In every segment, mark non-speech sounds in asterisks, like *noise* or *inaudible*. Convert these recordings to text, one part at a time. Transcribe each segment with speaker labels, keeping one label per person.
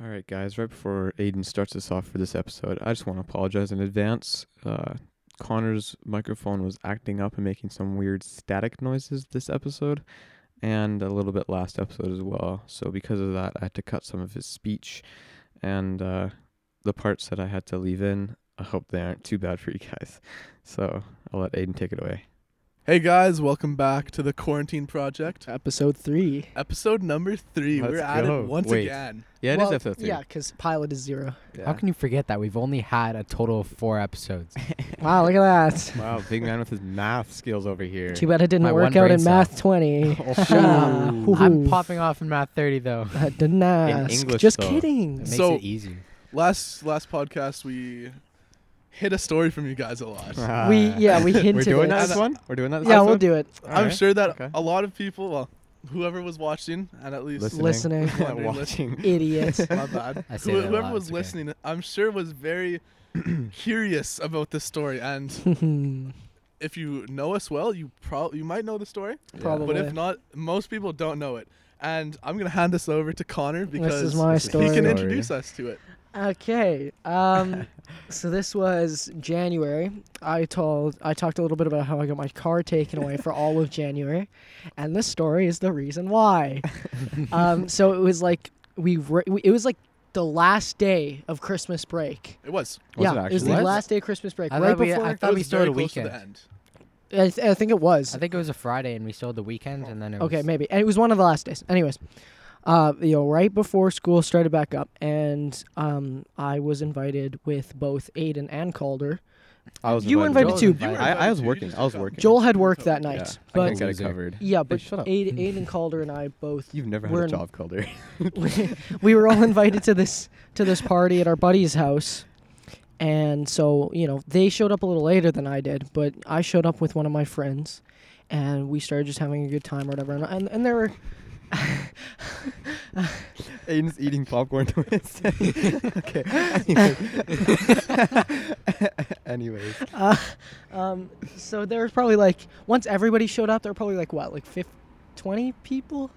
Speaker 1: All right, guys. Right before Aiden starts us off for this episode, I just want to apologize in advance. Uh, Connor's microphone was acting up and making some weird static noises this episode, and a little bit last episode as well. So because of that, I had to cut some of his speech, and uh, the parts that I had to leave in. I hope they aren't too bad for you guys. *laughs* So I'll let Aiden take it away.
Speaker 2: Hey guys, welcome back to the Quarantine Project,
Speaker 3: Episode three.
Speaker 2: episode number 3
Speaker 1: Let's
Speaker 2: We're at
Speaker 1: go.
Speaker 2: it once
Speaker 1: Wait.
Speaker 2: again.
Speaker 1: Yeah, it is
Speaker 3: Well,
Speaker 1: episode three.
Speaker 3: Yeah, because pilot is zero.
Speaker 1: Yeah.
Speaker 4: How can you forget that? We've only had a total of four episodes.
Speaker 3: Wow, look at that.
Speaker 1: *laughs* Wow, big man with his math skills over here. *laughs*
Speaker 3: Too bad it didn't
Speaker 4: My
Speaker 3: work
Speaker 4: one
Speaker 3: out
Speaker 4: brain
Speaker 3: in
Speaker 4: cell.
Speaker 3: math twenty.
Speaker 4: Shut up.
Speaker 3: Ooh.
Speaker 4: I'm popping off in math 30, though.
Speaker 3: I didn't ask.
Speaker 1: English,
Speaker 3: Just
Speaker 1: though.
Speaker 4: It
Speaker 3: kidding.
Speaker 4: makes
Speaker 2: So-
Speaker 4: it easy.
Speaker 2: Last last podcast we hit a story from you guys
Speaker 1: *laughs*
Speaker 2: a lot.
Speaker 1: Ah.
Speaker 3: we yeah we hinted.
Speaker 1: We're doing that
Speaker 3: it.
Speaker 1: this one. We're doing that. This
Speaker 3: Yeah,
Speaker 1: episode?
Speaker 3: we'll do it.
Speaker 1: *laughs*
Speaker 2: I'm sure that
Speaker 1: okay.
Speaker 2: a lot of people, well, whoever was watching, and at least
Speaker 3: Listening,
Speaker 1: *laughs*
Speaker 2: Wondering,
Speaker 1: watching. *laughs*
Speaker 3: idiots.
Speaker 2: my bad,
Speaker 4: I say
Speaker 2: Who,
Speaker 4: that a
Speaker 2: whoever
Speaker 4: lot,
Speaker 2: was
Speaker 4: it's okay.
Speaker 2: listening, I'm sure was very curious about this story. And
Speaker 3: *laughs* Probably.
Speaker 2: if you know us well, you probably you might know the story, but if not, most people don't know it. And I'm gonna hand this over to Connor because
Speaker 3: is my
Speaker 2: he
Speaker 3: story.
Speaker 2: can introduce us to it.
Speaker 3: Okay.
Speaker 4: *laughs*
Speaker 3: Um, so this was January. I told I talked a little bit about how I got my car taken away for all of January, and this story is the reason
Speaker 4: *laughs*
Speaker 3: why. um, so it was like we, re- we it was like the last day of Christmas break.
Speaker 2: It was.
Speaker 1: Was
Speaker 3: yeah,
Speaker 1: it
Speaker 3: was the
Speaker 1: actually?
Speaker 3: last day of Christmas break.
Speaker 4: I
Speaker 3: right
Speaker 4: thought we-
Speaker 3: before
Speaker 4: I
Speaker 3: I,
Speaker 4: thought
Speaker 2: It
Speaker 4: we
Speaker 2: was
Speaker 4: started
Speaker 2: very close to the
Speaker 4: weekend.
Speaker 2: end.
Speaker 3: th- I think it was.
Speaker 4: I think it was a Friday and we sold the weekend and then it was.
Speaker 3: Okay, maybe. And it was one of the last days. Anyways, uh, you know, right before school started back up, and um, I was invited with both Aiden and Calder.
Speaker 1: I was
Speaker 3: You
Speaker 1: invited.
Speaker 3: invited too.
Speaker 4: Joel was
Speaker 1: I, I was
Speaker 2: You
Speaker 1: working.
Speaker 2: just
Speaker 1: I was
Speaker 2: got-
Speaker 1: working.
Speaker 3: Joel had work that night,
Speaker 1: yeah, I
Speaker 3: but
Speaker 1: think I got it
Speaker 4: Loser.
Speaker 1: covered.
Speaker 3: yeah, but
Speaker 1: shut up.
Speaker 3: Aiden, Aiden Calder and I
Speaker 1: *laughs*
Speaker 3: both
Speaker 1: You've never had
Speaker 3: We're
Speaker 1: a
Speaker 3: in-
Speaker 1: job,
Speaker 3: *laughs*
Speaker 1: Calder. *laughs*
Speaker 3: we were all invited to this to this party at our buddy's house. And so, you know, they showed up a little later than I did, but I showed up with one of my friends and we started just having a good time or whatever. And and, and there were
Speaker 1: Aiden's eating popcorn twist.
Speaker 3: *laughs*
Speaker 1: okay. *laughs* Anyways. Anyways.
Speaker 3: Um, so there was probably like once everybody showed up, there were probably like what, like 15, 20 people.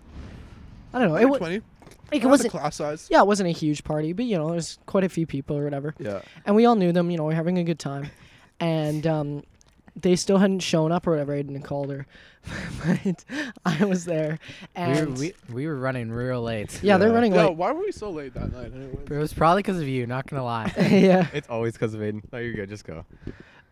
Speaker 3: I don't know. It,
Speaker 2: It
Speaker 3: wa-
Speaker 2: twenty.
Speaker 3: like, it
Speaker 2: Around the
Speaker 3: wasn't.
Speaker 2: class size.
Speaker 3: Yeah, it wasn't a huge party, but you know, there's quite a few people or whatever,
Speaker 1: Yeah.
Speaker 3: and we all knew them. You know, we are having a good time, and um, they still hadn't shown up or whatever. I didn't call her, *laughs* but I was there,
Speaker 4: We were,
Speaker 3: and
Speaker 4: we, we were running real late.
Speaker 3: yeah, they're
Speaker 1: Yeah.
Speaker 3: running
Speaker 2: Yeah,
Speaker 3: late.
Speaker 2: why were we so late that night? anyways?
Speaker 4: *laughs* It was probably because of you, not going to
Speaker 3: *laughs*
Speaker 4: lie. *laughs*
Speaker 3: yeah.
Speaker 1: It's always because of Aiden. No, you're good. Just go.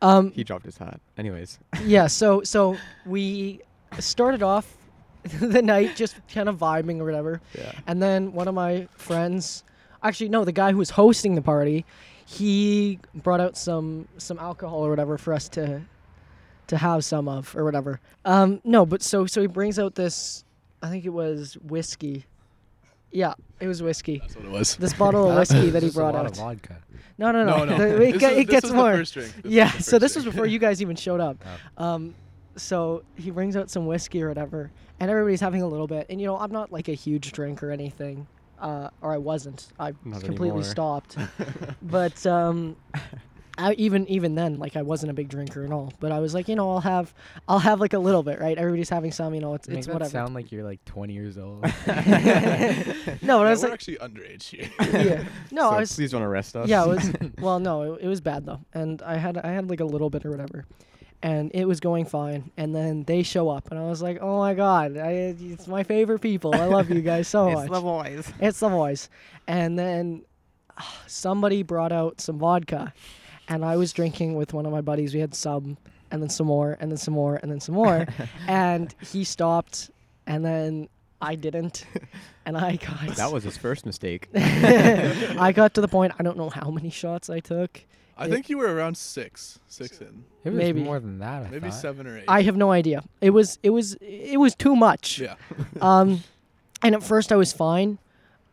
Speaker 3: Um.
Speaker 1: He dropped his hat. Anyways.
Speaker 3: yeah so so we started off *laughs* the night just kind of vibing or whatever
Speaker 1: Yeah.
Speaker 3: and then one of my friends actually no the guy who was hosting the party he brought out some some alcohol or whatever for us to to have some of or whatever um no but so so he brings out this i think it was whiskey yeah it was whiskey
Speaker 2: That's what it was.
Speaker 3: this bottle
Speaker 4: *laughs*
Speaker 3: of whiskey that he
Speaker 4: Just a
Speaker 3: brought
Speaker 4: lot of
Speaker 3: out
Speaker 4: vodka.
Speaker 3: no no
Speaker 2: No,
Speaker 3: no,
Speaker 2: no.
Speaker 3: The- *laughs*
Speaker 2: This
Speaker 3: it, ge-
Speaker 2: was-
Speaker 3: it
Speaker 2: this
Speaker 3: gets
Speaker 2: was the
Speaker 3: more
Speaker 2: first drink. This was
Speaker 3: yeah,
Speaker 2: the
Speaker 3: so
Speaker 2: first
Speaker 3: this was
Speaker 2: drink.
Speaker 3: before you guys even showed up. Um, so he brings out some whiskey or whatever, and everybody's having a little bit. And you know, I'm not like a huge drink or anything, uh, or I wasn't. I
Speaker 1: Not
Speaker 3: completely
Speaker 1: anymore.
Speaker 3: stopped. but um, I, even even then, like I wasn't a big drinker at all. But I was like, you know, I'll have I'll have like a little bit, right? Everybody's having some, you know, it's
Speaker 4: Make
Speaker 3: it's
Speaker 4: that
Speaker 3: whatever.
Speaker 4: sound like you're like 20
Speaker 3: *laughs*
Speaker 4: years old. *laughs*
Speaker 3: no, but
Speaker 2: *laughs* Yeah,
Speaker 3: I was
Speaker 2: we're
Speaker 3: like,
Speaker 2: actually underage here.
Speaker 3: yeah, no,
Speaker 1: So
Speaker 3: I was
Speaker 1: please don't arrest us.
Speaker 3: Yeah, it was.
Speaker 1: *laughs*
Speaker 3: well, no, it, it was bad though, and I had I had like a little bit or whatever, and it was going fine. And then they show up, and I was like, oh my god, I, it's my favorite people. I love you
Speaker 1: *laughs*
Speaker 3: guys so much.
Speaker 1: boys.
Speaker 3: It's the voice. And then *sighs* ah, somebody brought out some vodka, and I was drinking with one of my buddies. We had some, and then some more, and then some more, and then
Speaker 1: *laughs*
Speaker 3: some more, and he stopped, and then I didn't,
Speaker 1: *laughs*
Speaker 3: and I got
Speaker 1: That was *laughs* his first mistake.
Speaker 3: *laughs* I got to the point. I don't know how many shots I took.
Speaker 2: I
Speaker 3: It-
Speaker 2: think you were around six, six in,
Speaker 4: It was
Speaker 3: Maybe.
Speaker 4: more than that. I
Speaker 2: maybe
Speaker 4: thought.
Speaker 2: seven or eight.
Speaker 3: I have no idea. It was it was it was too much.
Speaker 2: yeah,
Speaker 3: *laughs* Um, and at first I was fine.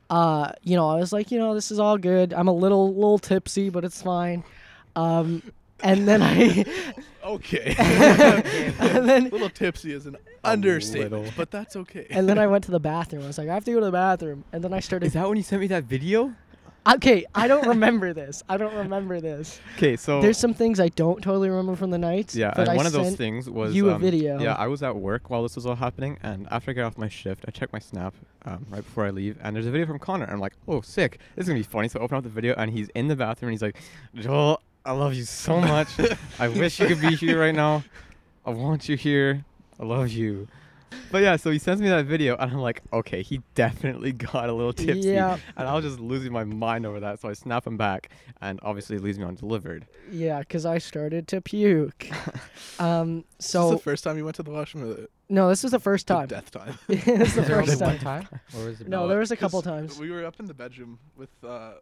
Speaker 3: Uh, you know, I was like, you know, this is all good. I'm a little little tipsy, but it's fine. Um, and then I *laughs*
Speaker 2: *laughs* okay.
Speaker 3: and then
Speaker 2: little tipsy is an understatement,
Speaker 1: little.
Speaker 2: but that's okay. *laughs*
Speaker 3: and then I went to the bathroom. I was like, I have to go to the bathroom. And then I started.
Speaker 1: Is that when you sent me that video?
Speaker 3: *laughs* Okay, I don't remember this. I don't remember this.
Speaker 1: Okay, so
Speaker 3: There's some things I don't totally remember from the night.
Speaker 1: Oh. yeah,
Speaker 3: but
Speaker 1: and
Speaker 3: I
Speaker 1: one of those
Speaker 3: sent-
Speaker 1: things was
Speaker 3: you a
Speaker 1: um,
Speaker 3: video.
Speaker 1: Yeah, I was at work while this was all happening, and after I got off my shift, I checked my Snap um, right before I leave, and there's a video from Connor. And I'm like, oh, sick! This is gonna be funny. So I open up the video, and he's in the bathroom, and he's like, Joel, I love you
Speaker 3: *laughs*
Speaker 1: so much. I wish you could be here right now. I want you here. I love you. But yeah, so he sends me that video, and I'm like, okay, he definitely got a little tipsy,
Speaker 3: Yeah.
Speaker 1: and I was just losing my mind over that. So I snap him back, and obviously it leaves me undelivered.
Speaker 3: Yeah, because I started
Speaker 1: *laughs*
Speaker 3: to puke. um,
Speaker 2: this is
Speaker 3: so
Speaker 2: the first time you went to the washroom or the,
Speaker 3: no, this was the first
Speaker 2: the
Speaker 3: time.
Speaker 2: death time.
Speaker 3: *laughs* this is the
Speaker 4: There was
Speaker 3: first
Speaker 4: one
Speaker 3: time.
Speaker 4: time, or was it
Speaker 3: No,
Speaker 4: both?
Speaker 3: there was a couple
Speaker 2: 'Cause
Speaker 3: times.
Speaker 2: We were up in the bedroom with uh,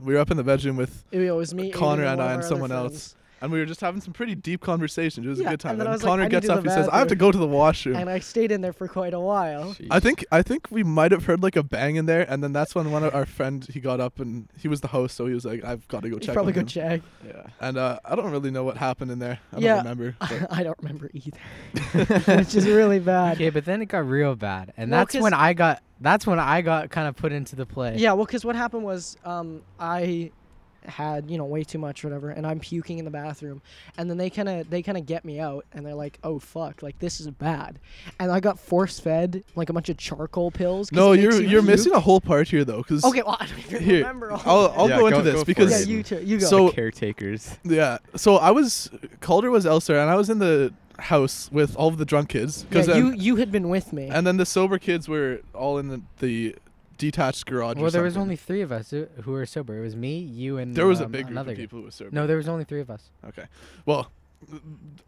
Speaker 2: we were up in the bedroom with
Speaker 3: It was me,
Speaker 2: Connor
Speaker 3: Aiden,
Speaker 2: and
Speaker 3: one
Speaker 2: I
Speaker 3: of
Speaker 2: and
Speaker 3: our
Speaker 2: someone
Speaker 3: other
Speaker 2: else. and we were just having some pretty deep conversations. It was
Speaker 3: Yeah,
Speaker 2: a good time.
Speaker 3: and then I was like,
Speaker 2: Connor
Speaker 3: I need
Speaker 2: gets
Speaker 3: to
Speaker 2: up.
Speaker 3: the
Speaker 2: He says, "I have to go to the
Speaker 3: friends,
Speaker 2: washroom."
Speaker 3: And I stayed in there for quite a while.
Speaker 2: I think I think we might have heard like a bang in there, and then that's when one of our friend he got up and he was the host, so he was like, "I've got to go
Speaker 3: You
Speaker 2: check."
Speaker 3: probably
Speaker 2: on
Speaker 3: go
Speaker 2: him."
Speaker 3: check.
Speaker 1: Yeah.
Speaker 2: And uh, I don't really know what happened in there. I
Speaker 3: Yeah.
Speaker 2: don't remember. but-
Speaker 3: *laughs* I don't remember either,
Speaker 2: *laughs*
Speaker 3: which is really bad.
Speaker 4: Okay, but then it got real bad, and
Speaker 3: No,
Speaker 4: that's
Speaker 3: 'cause-
Speaker 4: when I got that's when I got kind of put into the play.
Speaker 3: Yeah, well, because what happened was um, I had you know way too much or whatever, and I'm puking in the bathroom, and then they kind of they kind of get me out, and they're like, "Oh fuck, like this is bad," and I got force fed like a bunch of charcoal pills. 'cause
Speaker 2: no,
Speaker 3: it makes
Speaker 2: you're
Speaker 3: you
Speaker 2: you're
Speaker 3: puke.
Speaker 2: missing a whole part here though, because
Speaker 3: Okay, well I don't even
Speaker 2: Here,
Speaker 3: remember. All
Speaker 2: I'll
Speaker 3: that.
Speaker 2: I'll
Speaker 1: Yeah,
Speaker 2: go,
Speaker 1: go-
Speaker 2: into
Speaker 1: go
Speaker 2: this
Speaker 1: for
Speaker 2: because
Speaker 3: yeah,
Speaker 1: it.
Speaker 3: you too. You go.
Speaker 2: So-
Speaker 1: caretakers.
Speaker 2: Yeah. So I was Calder was elsewhere, and I was in the house with all of the drunk kids.
Speaker 3: yeah,
Speaker 2: 'cause
Speaker 3: you
Speaker 2: then-
Speaker 3: you had been with me.
Speaker 2: and then the sober kids were all in the, the detached garage. or
Speaker 4: Well, there was
Speaker 2: something.
Speaker 4: only three of us who who were sober. It was me, you, and
Speaker 2: there was a
Speaker 4: um,
Speaker 2: big group
Speaker 4: another
Speaker 2: of
Speaker 4: guy.
Speaker 2: people who were sober.
Speaker 4: No, there was only three of us.
Speaker 2: Okay. Well, th-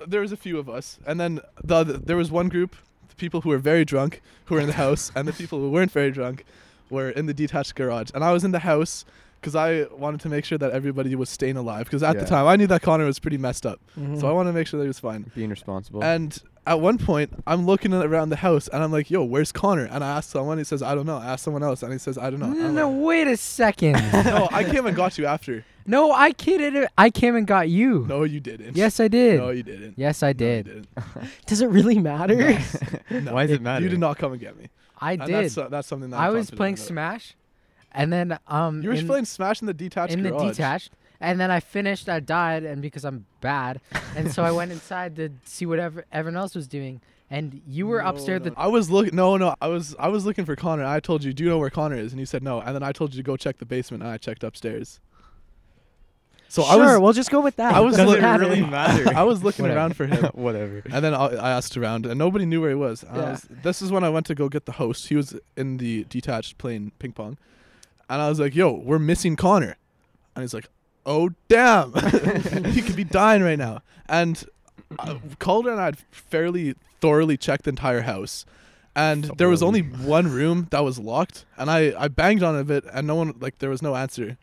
Speaker 2: there was a few of us, and then the other, there was one group, the people who were very drunk, who were in the house, and the people who weren't very drunk, were in the detached garage. And I was in the house because I wanted to make sure that everybody was staying alive. Because at
Speaker 1: Yeah.
Speaker 2: the time, I knew that Connor was pretty messed up,
Speaker 3: Mhm.
Speaker 4: Mm.
Speaker 2: so I wanted to make sure that he was fine.
Speaker 1: Being responsible.
Speaker 2: And at one point, I'm looking around the house and I'm like, yo, where's Connor? And I asked someone, he says, I don't know. I asked someone else, and he says, I don't know. And I'm like,
Speaker 4: Mm, wait a second.
Speaker 2: *laughs* no, I came and got you after.
Speaker 4: *laughs* no, I kidded. I came and got you.
Speaker 2: No, you didn't.
Speaker 4: Yes, I did.
Speaker 2: No, you didn't.
Speaker 4: yes, I
Speaker 2: No, you
Speaker 4: did.
Speaker 2: didn't.
Speaker 3: Does it really matter?
Speaker 2: No,
Speaker 1: Why does it matter?
Speaker 2: You did not come and get me.
Speaker 4: I
Speaker 2: And
Speaker 4: did.
Speaker 2: Uh, That's, that's something that
Speaker 4: I
Speaker 2: I'm
Speaker 4: was
Speaker 2: confident
Speaker 4: playing
Speaker 2: about.
Speaker 4: Smash, and then um,
Speaker 2: You were
Speaker 4: in,
Speaker 2: playing Smash in the detached
Speaker 4: in the
Speaker 2: garage.
Speaker 4: detached, and then I finished. I died, and because I'm bad,
Speaker 2: *laughs*
Speaker 4: and so I went inside to see what ev- everyone else was doing, and you were
Speaker 2: No,
Speaker 4: upstairs.
Speaker 2: no.
Speaker 4: The,
Speaker 2: I was looking. No, no. I was I was looking for Connor. I told you, do you know where Connor is? And you said no. And then I told you to go check the basement. And I checked upstairs. So
Speaker 3: sure,
Speaker 2: I was
Speaker 3: we'll just go with that.
Speaker 2: I was
Speaker 3: Doesn't
Speaker 2: looking-
Speaker 3: matter.
Speaker 2: really
Speaker 1: matter?
Speaker 2: *laughs* I was looking
Speaker 4: Whatever.
Speaker 2: around for him.
Speaker 1: *laughs* Whatever.
Speaker 2: And then I, I asked around, and nobody knew where he was. And I
Speaker 3: Yeah.
Speaker 2: was- This is when I went to go get the host. He was in the detached playing ping pong, and I was like, "Yo, we're missing Connor," and he's like, "Oh damn, *laughs* he could be dying right now." And uh, Calder and I had fairly thoroughly checked the entire house, and there was only
Speaker 1: Thoroughly.
Speaker 2: one room that was locked, and I I banged on it a bit, and no one like there was no answer.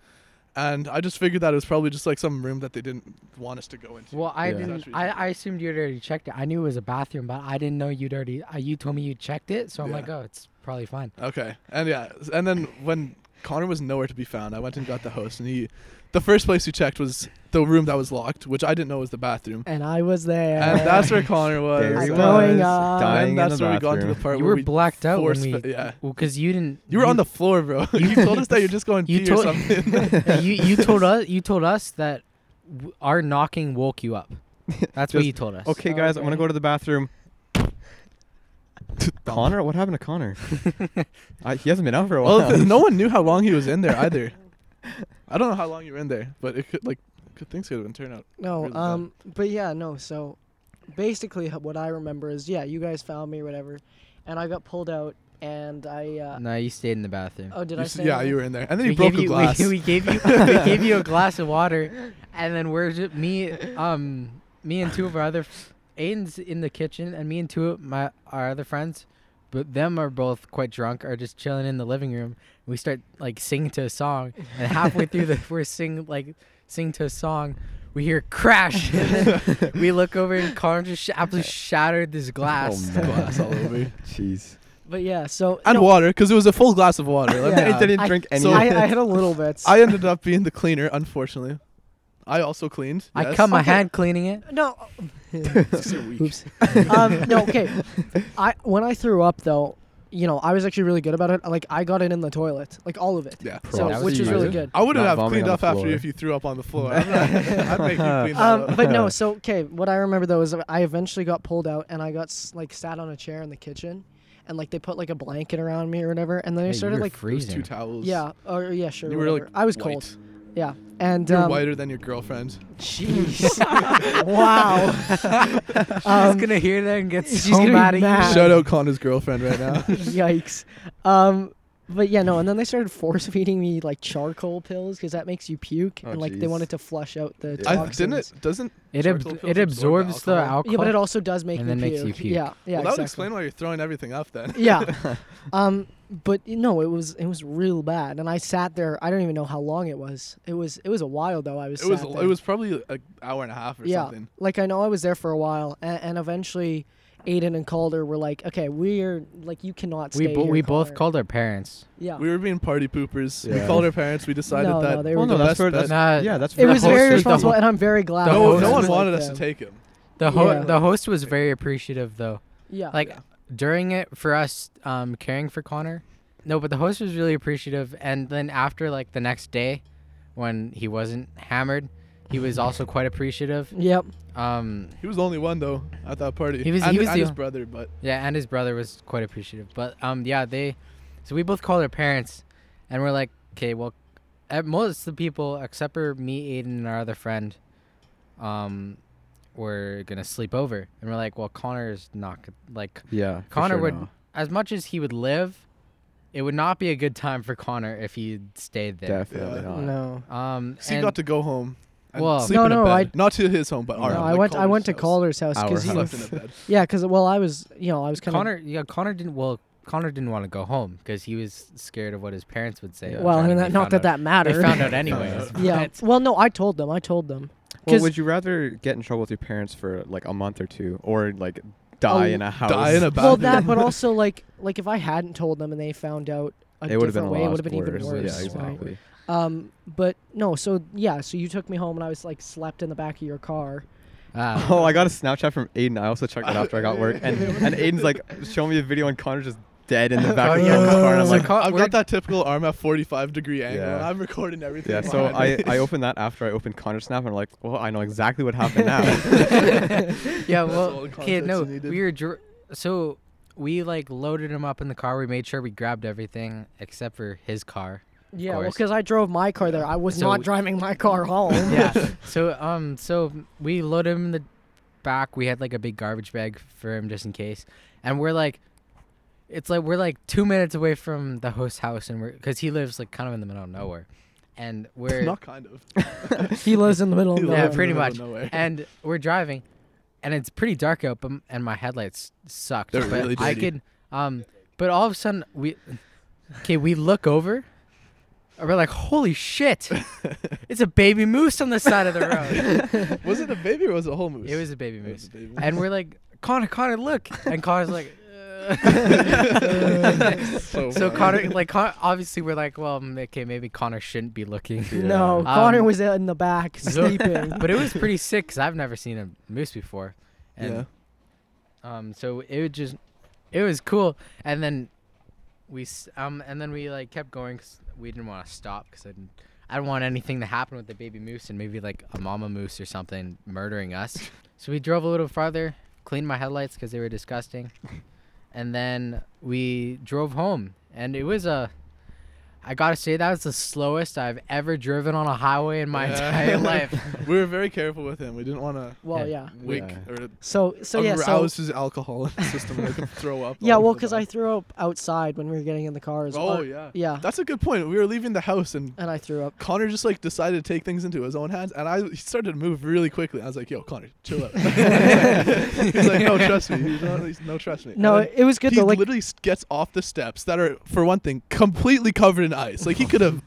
Speaker 2: And I just figured that it was probably just like some room that they didn't want us to go into.
Speaker 4: well, I
Speaker 1: Yeah.
Speaker 4: didn't.
Speaker 2: That's what you
Speaker 4: I,
Speaker 2: said.
Speaker 4: I assumed you'd already checked it. I knew it was a bathroom, but I didn't know you'd already. Uh, you told me you checked it, so I'm
Speaker 2: Yeah.
Speaker 4: like, oh, it's probably fine.
Speaker 2: Okay, and yeah, s- and then when Connor was nowhere to be found, I went and got the host, and he, the first place he checked was the room that was locked, which I didn't know was the bathroom,
Speaker 3: and I was there.
Speaker 2: and that's where Connor was.
Speaker 1: There
Speaker 3: he uh,
Speaker 2: and
Speaker 3: was.
Speaker 1: Dying in
Speaker 2: And that's
Speaker 1: the
Speaker 2: where we got to the
Speaker 1: bathroom.
Speaker 2: part
Speaker 4: You
Speaker 2: where
Speaker 4: were
Speaker 2: we
Speaker 4: blacked out when
Speaker 2: forced
Speaker 4: we.
Speaker 2: fi- yeah.
Speaker 4: Well, because you didn't.
Speaker 2: You were on the floor, bro. *laughs* You, told us that you're just going
Speaker 4: you
Speaker 2: pee or
Speaker 4: told- *laughs*
Speaker 2: something. *laughs*
Speaker 4: you you told us you told us that w- our knocking woke you
Speaker 2: *laughs*
Speaker 4: up. That's what
Speaker 1: Just-
Speaker 4: you told us.
Speaker 1: Okay, guys, I'm gonna
Speaker 3: Okay.
Speaker 1: go to the *laughs* bathroom. Connor, what happened to *laughs* Connor? I, he hasn't been out for a while.
Speaker 2: well, th- no one knew how long he was in there either. I don't know how long you were in there, but it could like could, things could have been turned out.
Speaker 3: No,
Speaker 2: Really bad.
Speaker 3: um, but yeah, no. So basically, h- what I remember is, yeah, you guys found me, whatever, and I got pulled out, and I. Uh,
Speaker 4: No, you stayed in the bathroom.
Speaker 3: oh, did
Speaker 2: Mm. You
Speaker 3: I
Speaker 2: s-
Speaker 3: say?
Speaker 2: yeah,
Speaker 3: that?
Speaker 2: you were in there, and then
Speaker 4: we
Speaker 2: you broke
Speaker 4: gave
Speaker 2: a
Speaker 4: you, *laughs*
Speaker 2: glass. *laughs*
Speaker 4: We, we gave you we gave you a glass of water, and then we're just, me um me and two of our other Aiden's in the kitchen, and me and two of my our other friends, but them are both quite drunk, are just chilling in the living room. We start like singing to a song, and halfway through the we're singing like singing to a song. We hear crash. *laughs* And then we look over and Connor just sh- absolutely shattered
Speaker 2: Oh,
Speaker 4: this glass.
Speaker 1: man.
Speaker 2: glass all over,
Speaker 4: *laughs*
Speaker 2: you.
Speaker 1: *laughs* Jeez.
Speaker 3: But yeah, so.
Speaker 2: and
Speaker 3: no,
Speaker 2: water because it was a full glass of
Speaker 4: *laughs*
Speaker 2: water. Let me
Speaker 3: Yeah.
Speaker 1: *laughs* I
Speaker 2: add.
Speaker 1: didn't
Speaker 3: I-
Speaker 1: drink any.
Speaker 2: so-
Speaker 1: of
Speaker 3: I,
Speaker 1: it.
Speaker 3: I had a little bit.
Speaker 2: *laughs* I ended up being the cleaner, unfortunately. I also cleaned.
Speaker 4: I
Speaker 2: yes.
Speaker 4: cut my
Speaker 3: Okay.
Speaker 4: hand cleaning
Speaker 2: *laughs*
Speaker 4: it.
Speaker 3: no.
Speaker 2: Because you're weak.
Speaker 3: Oops. um, no, okay. I when I threw up though, you know, I was actually really good about it. Like I got it in the toilet, like all of it.
Speaker 2: Yeah.
Speaker 1: Props
Speaker 3: So,
Speaker 4: That was
Speaker 3: which is
Speaker 4: easy.
Speaker 3: really good.
Speaker 2: I wouldn't
Speaker 1: Not
Speaker 2: have
Speaker 1: vomiting
Speaker 2: cleaned
Speaker 1: on
Speaker 2: up
Speaker 1: the
Speaker 2: after you
Speaker 1: floor.
Speaker 2: if you threw up on the
Speaker 1: *laughs*
Speaker 2: floor. I'd, I'd make you clean that
Speaker 3: Um,
Speaker 2: up.
Speaker 3: but
Speaker 2: *laughs*
Speaker 3: no, so okay, what I remember though is I eventually got pulled out and I got s- like sat on a chair in the kitchen, and like they put like a blanket around me or whatever, and then I
Speaker 4: Hey, you
Speaker 3: started
Speaker 4: were
Speaker 3: like
Speaker 2: It was
Speaker 4: freezing.
Speaker 2: two towels.
Speaker 3: yeah, or yeah, sure.
Speaker 2: You were like
Speaker 3: whatever. I was
Speaker 2: white.
Speaker 3: cold. Yeah, and
Speaker 2: You're
Speaker 3: um,
Speaker 2: whiter than your girlfriend.
Speaker 3: *laughs* Jeez.
Speaker 4: *laughs*
Speaker 3: wow.
Speaker 4: She's gonna hear that and get
Speaker 3: she's
Speaker 4: so
Speaker 3: gonna be
Speaker 4: mad at you.
Speaker 3: mad.
Speaker 2: Shout out Connor's girlfriend right
Speaker 3: *laughs*
Speaker 2: now.
Speaker 3: Yikes. Um, but yeah, no. And then they started force feeding me like charcoal pills because that makes you puke,
Speaker 1: Oh,
Speaker 3: and like they
Speaker 1: jeez.
Speaker 3: wanted to flush out the
Speaker 1: Yeah.
Speaker 2: I
Speaker 3: toxins.
Speaker 2: didn't. It, doesn't.
Speaker 4: It,
Speaker 2: Charcoal
Speaker 4: ab-
Speaker 2: pills
Speaker 4: it
Speaker 2: absorb
Speaker 4: absorbs the
Speaker 2: alcohol.
Speaker 4: alcohol.
Speaker 3: Yeah, but it also does make
Speaker 4: And
Speaker 3: me
Speaker 4: then
Speaker 3: puke.
Speaker 4: makes you puke.
Speaker 3: Yeah, yeah,
Speaker 2: well, that
Speaker 3: exactly.
Speaker 2: would explain why you're throwing everything up then. *laughs*
Speaker 3: yeah. Um, but you no, know, it was it was real bad, and I sat there. I don't even know how long it was. It was it was a while though. I was.
Speaker 2: It was.
Speaker 3: sat
Speaker 2: It
Speaker 3: there.
Speaker 2: was probably an hour and a half or something.
Speaker 3: Like I know I was there for a while, and, and eventually, Aiden and Calder were like, "Okay, we're like you cannot stay
Speaker 4: we bo-
Speaker 3: here,
Speaker 4: we both
Speaker 3: Connor."
Speaker 4: called our parents.
Speaker 3: Yeah.
Speaker 4: *laughs*
Speaker 2: We were being party poopers. We
Speaker 1: Yeah.
Speaker 2: called our parents. We decided
Speaker 3: No,
Speaker 2: that.
Speaker 3: no, they
Speaker 1: Well,
Speaker 3: were
Speaker 1: no,
Speaker 3: good.
Speaker 1: that's
Speaker 2: best
Speaker 1: for
Speaker 2: bet.
Speaker 1: that's,
Speaker 4: Nah,
Speaker 1: yeah, that's
Speaker 3: It
Speaker 1: for
Speaker 3: was
Speaker 1: the
Speaker 3: very
Speaker 1: host.
Speaker 3: responsible,
Speaker 4: whole-
Speaker 3: and I'm very glad.
Speaker 4: the
Speaker 3: I
Speaker 4: whole-
Speaker 2: no,
Speaker 3: was
Speaker 2: no one
Speaker 3: like
Speaker 2: wanted us
Speaker 3: them.
Speaker 2: to take him.
Speaker 4: The ho-
Speaker 3: Yeah.
Speaker 4: the host was very appreciative though.
Speaker 3: Oh, Yeah.
Speaker 4: Like during it for us um, caring for Connor. No, but the host was really appreciative. And then after like the next day, when he wasn't hammered, he was also quite appreciative.
Speaker 3: Yep.
Speaker 4: Um,
Speaker 2: He was the only one though at that party.
Speaker 4: He was-
Speaker 2: and,
Speaker 4: he was
Speaker 2: and
Speaker 4: the-
Speaker 2: his brother, but
Speaker 4: Yeah, and his brother was quite appreciative. But um, yeah, they, so we both called our parents, and we're like, okay, well, eh, most of the people except for me, Aiden, and our other friend, um, were gonna sleep over, and we're like, well, Connor's not go- like
Speaker 1: Yeah, for
Speaker 4: Connor
Speaker 1: sure
Speaker 4: would-
Speaker 1: no.
Speaker 4: as much as he would live, it would not be a good time for Connor if he stayed there.
Speaker 1: definitely
Speaker 2: Yeah.
Speaker 1: not.
Speaker 3: No.
Speaker 4: Um,
Speaker 2: 'cause he
Speaker 4: and
Speaker 2: got to go home. And
Speaker 4: Well-
Speaker 2: sleep
Speaker 3: No,
Speaker 2: in a
Speaker 3: no,
Speaker 2: bed.
Speaker 3: I-
Speaker 2: not to his home, but our.
Speaker 3: no,
Speaker 2: home,
Speaker 3: I
Speaker 2: like
Speaker 3: went. I
Speaker 2: Calder's
Speaker 3: went to
Speaker 2: house.
Speaker 3: Calder's house
Speaker 1: Our
Speaker 3: because
Speaker 1: house.
Speaker 2: *laughs*
Speaker 3: he.
Speaker 2: Slept in a bed.
Speaker 3: Yeah, because well, I was. You know, I was kind
Speaker 4: Connor, yeah, Connor didn't. Well, Connor didn't want to go home because he was scared of what his parents would say.
Speaker 1: Yeah.
Speaker 3: of. Well,
Speaker 4: And
Speaker 3: I mean,
Speaker 4: they
Speaker 3: that, not
Speaker 4: found
Speaker 3: that
Speaker 4: out-
Speaker 3: that mattered.
Speaker 4: They found out anyways.
Speaker 3: *laughs* yeah.
Speaker 4: but-
Speaker 3: Well, no, I told them. I told them.
Speaker 1: Well,
Speaker 3: 'Cause-
Speaker 1: would you rather get in trouble with your parents for like a month or two, or like die
Speaker 3: Oh,
Speaker 1: in a house?
Speaker 2: Die in a bathroom.
Speaker 3: Well, that, *laughs* but also like, like if I hadn't told them and they found out a
Speaker 1: it would have been
Speaker 3: different
Speaker 1: a
Speaker 3: way,
Speaker 1: lot
Speaker 3: it would have been even
Speaker 1: worse.
Speaker 3: worse.
Speaker 1: Yeah,
Speaker 3: right?
Speaker 1: exactly.
Speaker 3: Um, but no, so yeah, so you took me home and I was like slept in the back of your car.
Speaker 4: Ah.
Speaker 1: *laughs* Oh, I got a Snapchat from Aiden. I also checked that after I got work, and and Aiden's like showing me a video, and Connor's just dead in the back of the
Speaker 4: Yeah.
Speaker 1: car, and
Speaker 3: Uh,
Speaker 1: I'm
Speaker 4: So
Speaker 1: like,
Speaker 2: *laughs*
Speaker 4: Con-
Speaker 2: I've
Speaker 4: we're-
Speaker 2: got that typical arm at 45 degree angle,
Speaker 1: Yeah.
Speaker 2: and I'm recording everything.
Speaker 1: Yeah, so I,
Speaker 2: behind me.
Speaker 1: I opened that after I opened Connor Snap and I'm like, well, I know exactly what happened now. *laughs*
Speaker 2: *laughs*
Speaker 4: yeah,
Speaker 2: That's all
Speaker 4: well,
Speaker 2: the
Speaker 4: okay,
Speaker 2: context
Speaker 4: no,
Speaker 2: you needed.
Speaker 4: we were dr- so we like loaded him up in the car. We made sure we grabbed everything except for
Speaker 2: *laughs*
Speaker 4: his car.
Speaker 3: Yeah, well,
Speaker 4: course.
Speaker 3: because I drove my car there, I was
Speaker 4: So-
Speaker 3: not driving my car home.
Speaker 4: *laughs* Yeah. so um, so we loaded him in the back. We had like a big garbage bag for him just in case, and we're like. It's like we're like two minutes away from the host house, and we're because he lives like kind of in the middle of nowhere, and
Speaker 2: *laughs*
Speaker 4: we're
Speaker 2: not kind of.
Speaker 3: he lives in the middle of
Speaker 2: He
Speaker 4: Yeah,
Speaker 3: nowhere.
Speaker 2: lives in
Speaker 4: pretty
Speaker 2: the middle of
Speaker 4: much.
Speaker 2: nowhere.
Speaker 4: and we're driving, and it's pretty dark out, but, m- and my headlights sucked.
Speaker 2: They're
Speaker 4: but
Speaker 2: really
Speaker 4: I
Speaker 2: dirty.
Speaker 4: could, um, but all of a sudden we, okay, we look over, and we're like,
Speaker 2: *laughs*
Speaker 4: holy shit, it's a baby moose on the side of the road.
Speaker 2: was it a *laughs* baby or was it a whole moose?
Speaker 4: it was a baby
Speaker 2: It was
Speaker 4: moose,
Speaker 2: a baby moose.
Speaker 4: and we're like, Connor, Connor, look, and
Speaker 3: *laughs*
Speaker 4: Connor's like.
Speaker 2: *laughs* so
Speaker 4: *laughs* so
Speaker 2: funny.
Speaker 4: Connor, like Connor, obviously, we're like, well, mm, okay, maybe Connor shouldn't be looking,
Speaker 3: No,
Speaker 1: Yeah.
Speaker 3: Connor
Speaker 4: Um,
Speaker 3: was in the back *laughs*
Speaker 4: so- *laughs*
Speaker 3: sleeping.
Speaker 4: but it was pretty sick because I've never seen a moose before, and
Speaker 2: yeah.
Speaker 4: Um, so it would just, it was cool. And then we, s- um, and then we like kept going 'cause we didn't want to stop because I didn't, I didn't want anything to happen with the baby moose and maybe like a mama moose or something murdering us. so we drove a little farther, cleaned my headlights because they were disgusting, and then we drove home. And it was a, I gotta say that was the slowest I've ever driven on a highway in my
Speaker 2: Yeah.
Speaker 4: entire *laughs* life.
Speaker 2: We were very careful with him. We didn't want to
Speaker 3: well,
Speaker 4: Yeah.
Speaker 3: yeah.
Speaker 2: wake
Speaker 1: Yeah.
Speaker 2: or
Speaker 3: So so yeah, so
Speaker 2: arouse his alcohol system and make him throw up.
Speaker 3: *laughs* yeah,
Speaker 2: all
Speaker 3: well,
Speaker 2: over
Speaker 3: because
Speaker 2: the
Speaker 3: I
Speaker 2: back.
Speaker 3: threw up outside when we were getting in the cars.
Speaker 2: Oh
Speaker 3: or-
Speaker 2: yeah.
Speaker 3: yeah,
Speaker 2: That's a good point. We were leaving the house and
Speaker 3: and I threw up.
Speaker 2: Connor just like decided to take things into his own hands, and I he started to move really quickly. I was like, "Yo, Connor, chill out." *laughs* he's like, "No, trust me." He's not, he's, no, trust me.
Speaker 3: No,
Speaker 2: And then
Speaker 3: it was good
Speaker 2: he
Speaker 3: though. Like
Speaker 2: literally s- gets off the steps that are, for one thing, completely covered in ice. Like he could have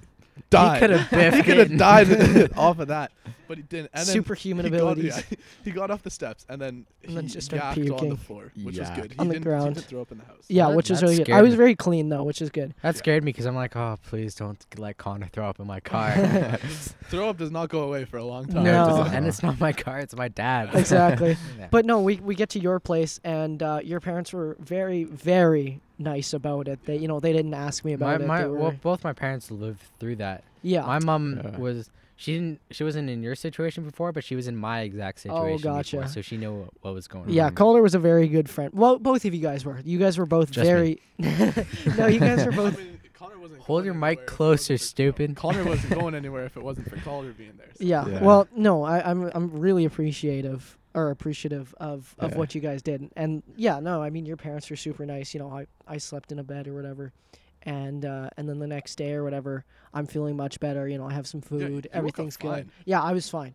Speaker 2: died.
Speaker 4: He could have
Speaker 2: *laughs*
Speaker 4: biffed
Speaker 2: He could
Speaker 4: it.
Speaker 2: have died *laughs* off of that, but he didn't. And then
Speaker 3: superhuman
Speaker 2: he got-
Speaker 3: abilities.
Speaker 2: yeah, he got off the steps and then
Speaker 3: And then
Speaker 2: he
Speaker 3: just started
Speaker 2: yacked on the
Speaker 3: puking.
Speaker 2: floor, which
Speaker 1: Yacked.
Speaker 2: was good. He
Speaker 3: On the
Speaker 2: didn't,
Speaker 3: ground.
Speaker 2: He didn't throw up in the house.
Speaker 3: Yeah,
Speaker 4: Well, that-
Speaker 3: which is
Speaker 4: that
Speaker 3: really good. I
Speaker 4: scared
Speaker 3: was
Speaker 4: me.
Speaker 3: very clean though, which is
Speaker 4: *laughs*
Speaker 3: good.
Speaker 4: That
Speaker 2: Yeah.
Speaker 4: scared me because I'm like, oh, please don't let Connor throw up in my car. *laughs*
Speaker 2: Throw up does not go away for a long
Speaker 3: *laughs* No.
Speaker 2: time.
Speaker 4: No, it doesn't. *laughs*
Speaker 1: No.
Speaker 4: and it's not my car; it's my dad.
Speaker 3: Exactly.
Speaker 4: *laughs*
Speaker 3: *laughs*
Speaker 4: Yeah.
Speaker 3: But no, we, we get to your place and uh, your parents were very, very, nice about it. They, you know, they didn't ask me
Speaker 4: My,
Speaker 3: about it.
Speaker 4: my,
Speaker 3: They were-
Speaker 4: well, both my parents lived through that.
Speaker 3: yeah.
Speaker 4: My mom
Speaker 1: Yeah.
Speaker 4: was she didn't she wasn't in your situation before, but she was in my exact
Speaker 3: Oh,
Speaker 4: situation. before,
Speaker 3: gotcha.
Speaker 4: so she knew what, what was going
Speaker 3: yeah,
Speaker 4: on.
Speaker 3: Calder was a very good friend. Well, both of you guys were. You guys were both
Speaker 4: Just
Speaker 3: very. *laughs* no, you guys
Speaker 2: *laughs*
Speaker 3: were
Speaker 4: *laughs*
Speaker 3: both.
Speaker 2: Connor wasn't
Speaker 4: Hold
Speaker 2: going
Speaker 4: your
Speaker 2: anywhere if it
Speaker 4: mic
Speaker 2: wasn't
Speaker 4: closer,
Speaker 2: for-
Speaker 4: stupid.
Speaker 2: Connor wasn't
Speaker 4: *laughs*
Speaker 2: going anywhere if it wasn't for Calder being there. so-
Speaker 3: Yeah.
Speaker 1: Yeah.
Speaker 3: Well, no, I, I'm I'm really appreciative or appreciative of of
Speaker 1: Yeah.
Speaker 3: what you guys did, and yeah, no, I mean your parents were super nice. You know, I I slept in a bed or whatever, and uh, and then the next day or whatever, I'm feeling much better. You know, I have some
Speaker 2: you
Speaker 3: food,
Speaker 2: woke up
Speaker 3: everything's good.
Speaker 2: fine.
Speaker 3: Yeah, I was fine.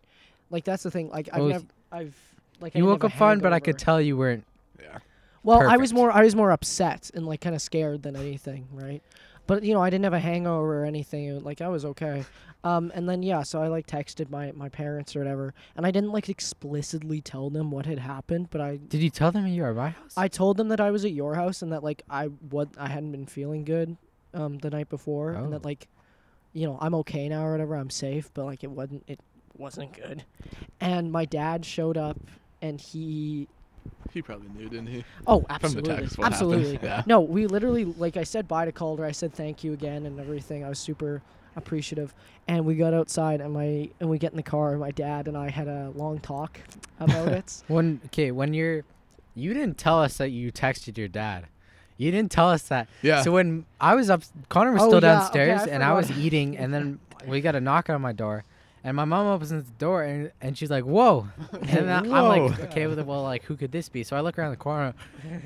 Speaker 3: Like that's the thing. Like I've
Speaker 4: Well,
Speaker 3: never I've like I
Speaker 4: Oh, you
Speaker 3: didn't
Speaker 4: woke
Speaker 3: have
Speaker 4: up
Speaker 3: a
Speaker 4: fine, but I
Speaker 3: hangover.
Speaker 4: could tell you weren't.
Speaker 2: Yeah.
Speaker 3: Well, I was
Speaker 4: Perfect.
Speaker 3: more I was more upset and like kind of scared than anything, right? But you know, I didn't have a hangover or anything. it- Like I was okay. Um, and then yeah, so I like texted my my parents or whatever, and I didn't like explicitly tell them what had happened, but I
Speaker 4: Did you tell them you were at my house?
Speaker 3: I told them that I was at your house and that like I what I hadn't been feeling good um the night before and
Speaker 4: Oh.
Speaker 3: that like you know, I'm okay now or whatever, I'm safe, but like it wasn't it wasn't good. And my dad showed up and he
Speaker 2: He probably knew, didn't he?
Speaker 3: Oh,
Speaker 2: From the
Speaker 3: absolutely.
Speaker 2: text, what happened.
Speaker 3: absolutely.
Speaker 2: *laughs* Yeah.
Speaker 3: No, we literally like I said bye to Calder. I said thank you again and everything. I was super appreciative. And we got outside and my and we get in the car and my dad and I had a long talk about it.
Speaker 2: *laughs*
Speaker 3: *laughs*
Speaker 4: When okay, when you're, you didn't tell us that you texted your dad. You didn't tell us that.
Speaker 2: Yeah.
Speaker 4: So when I was up, Connor was
Speaker 3: Oh,
Speaker 4: still
Speaker 3: yeah, okay, I
Speaker 4: downstairs, and I was
Speaker 3: forgot.
Speaker 4: eating, and then we got a knock on my door, and my mom opens the door, and, and she's like,
Speaker 3: *laughs*
Speaker 4: "Whoa!" And I, I'm like, "Okay, well, well, like, who could this be?" So I look around the
Speaker 3: *laughs*
Speaker 4: corner,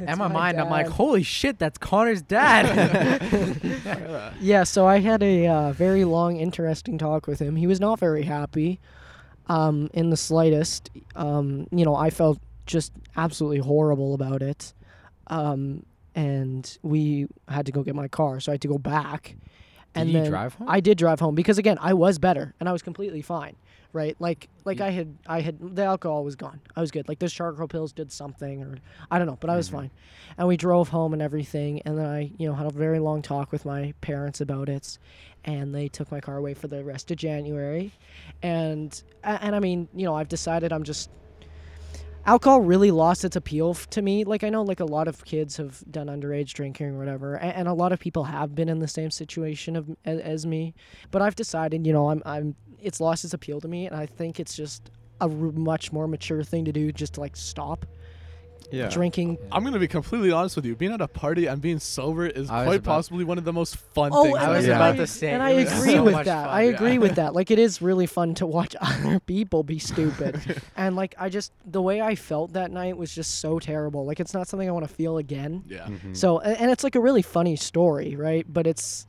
Speaker 4: and my,
Speaker 3: my
Speaker 4: mind, I'm like,
Speaker 3: dad.
Speaker 4: "Holy shit, that's Connor's
Speaker 3: *laughs*
Speaker 4: *laughs* dad!"
Speaker 2: Yeah.
Speaker 3: Yeah, so I had a uh, very long, interesting talk with him. He was not very happy, um, in the slightest. Um, you know, I felt just absolutely horrible about it, um, and we had to go get my car, so I had to go back. and
Speaker 4: Did you
Speaker 3: then
Speaker 4: drive home?
Speaker 3: I did drive home because again, I was better and I was completely fine. Right, like, like I had, I had the alcohol was gone. I was good. Like those charcoal pills did something, or I don't know, but I was
Speaker 4: Mm-hmm.
Speaker 3: fine and we drove home and everything and then i you know had a very long talk with my parents about it and they took my car away for the rest of january and a- and i mean you know i've decided i'm just alcohol really lost its appeal f- to me like i know like a lot of kids have done underage drinking or whatever and, and a lot of people have been in the same situation of, as, as me but i've decided you know i'm i'm it's lost its appeal to me and i think it's just a r- much more mature thing to do just to like stop
Speaker 1: Yeah.
Speaker 3: drinking
Speaker 2: I'm gonna be completely honest with you. Being at a party and being sober is
Speaker 4: I was
Speaker 2: quite
Speaker 4: about-
Speaker 2: possibly one of the most fun
Speaker 3: Oh,
Speaker 2: things.
Speaker 3: and
Speaker 4: I
Speaker 2: I've
Speaker 4: was
Speaker 2: ever
Speaker 4: about
Speaker 2: done.
Speaker 4: *laughs* to say,
Speaker 3: and
Speaker 4: it
Speaker 3: I
Speaker 4: was
Speaker 3: agree
Speaker 4: so
Speaker 3: with
Speaker 4: much
Speaker 3: that.
Speaker 4: fun.
Speaker 3: I
Speaker 2: Yeah.
Speaker 3: agree with that. Like it is really fun to watch *laughs* other people be stupid,
Speaker 4: *laughs*
Speaker 3: and like I just the way I felt that night was just so terrible. Like it's not something I want to feel again.
Speaker 4: Mm-hmm.
Speaker 2: Yeah.
Speaker 1: Mhm.
Speaker 3: So a- and it's like a really funny story, right? But it's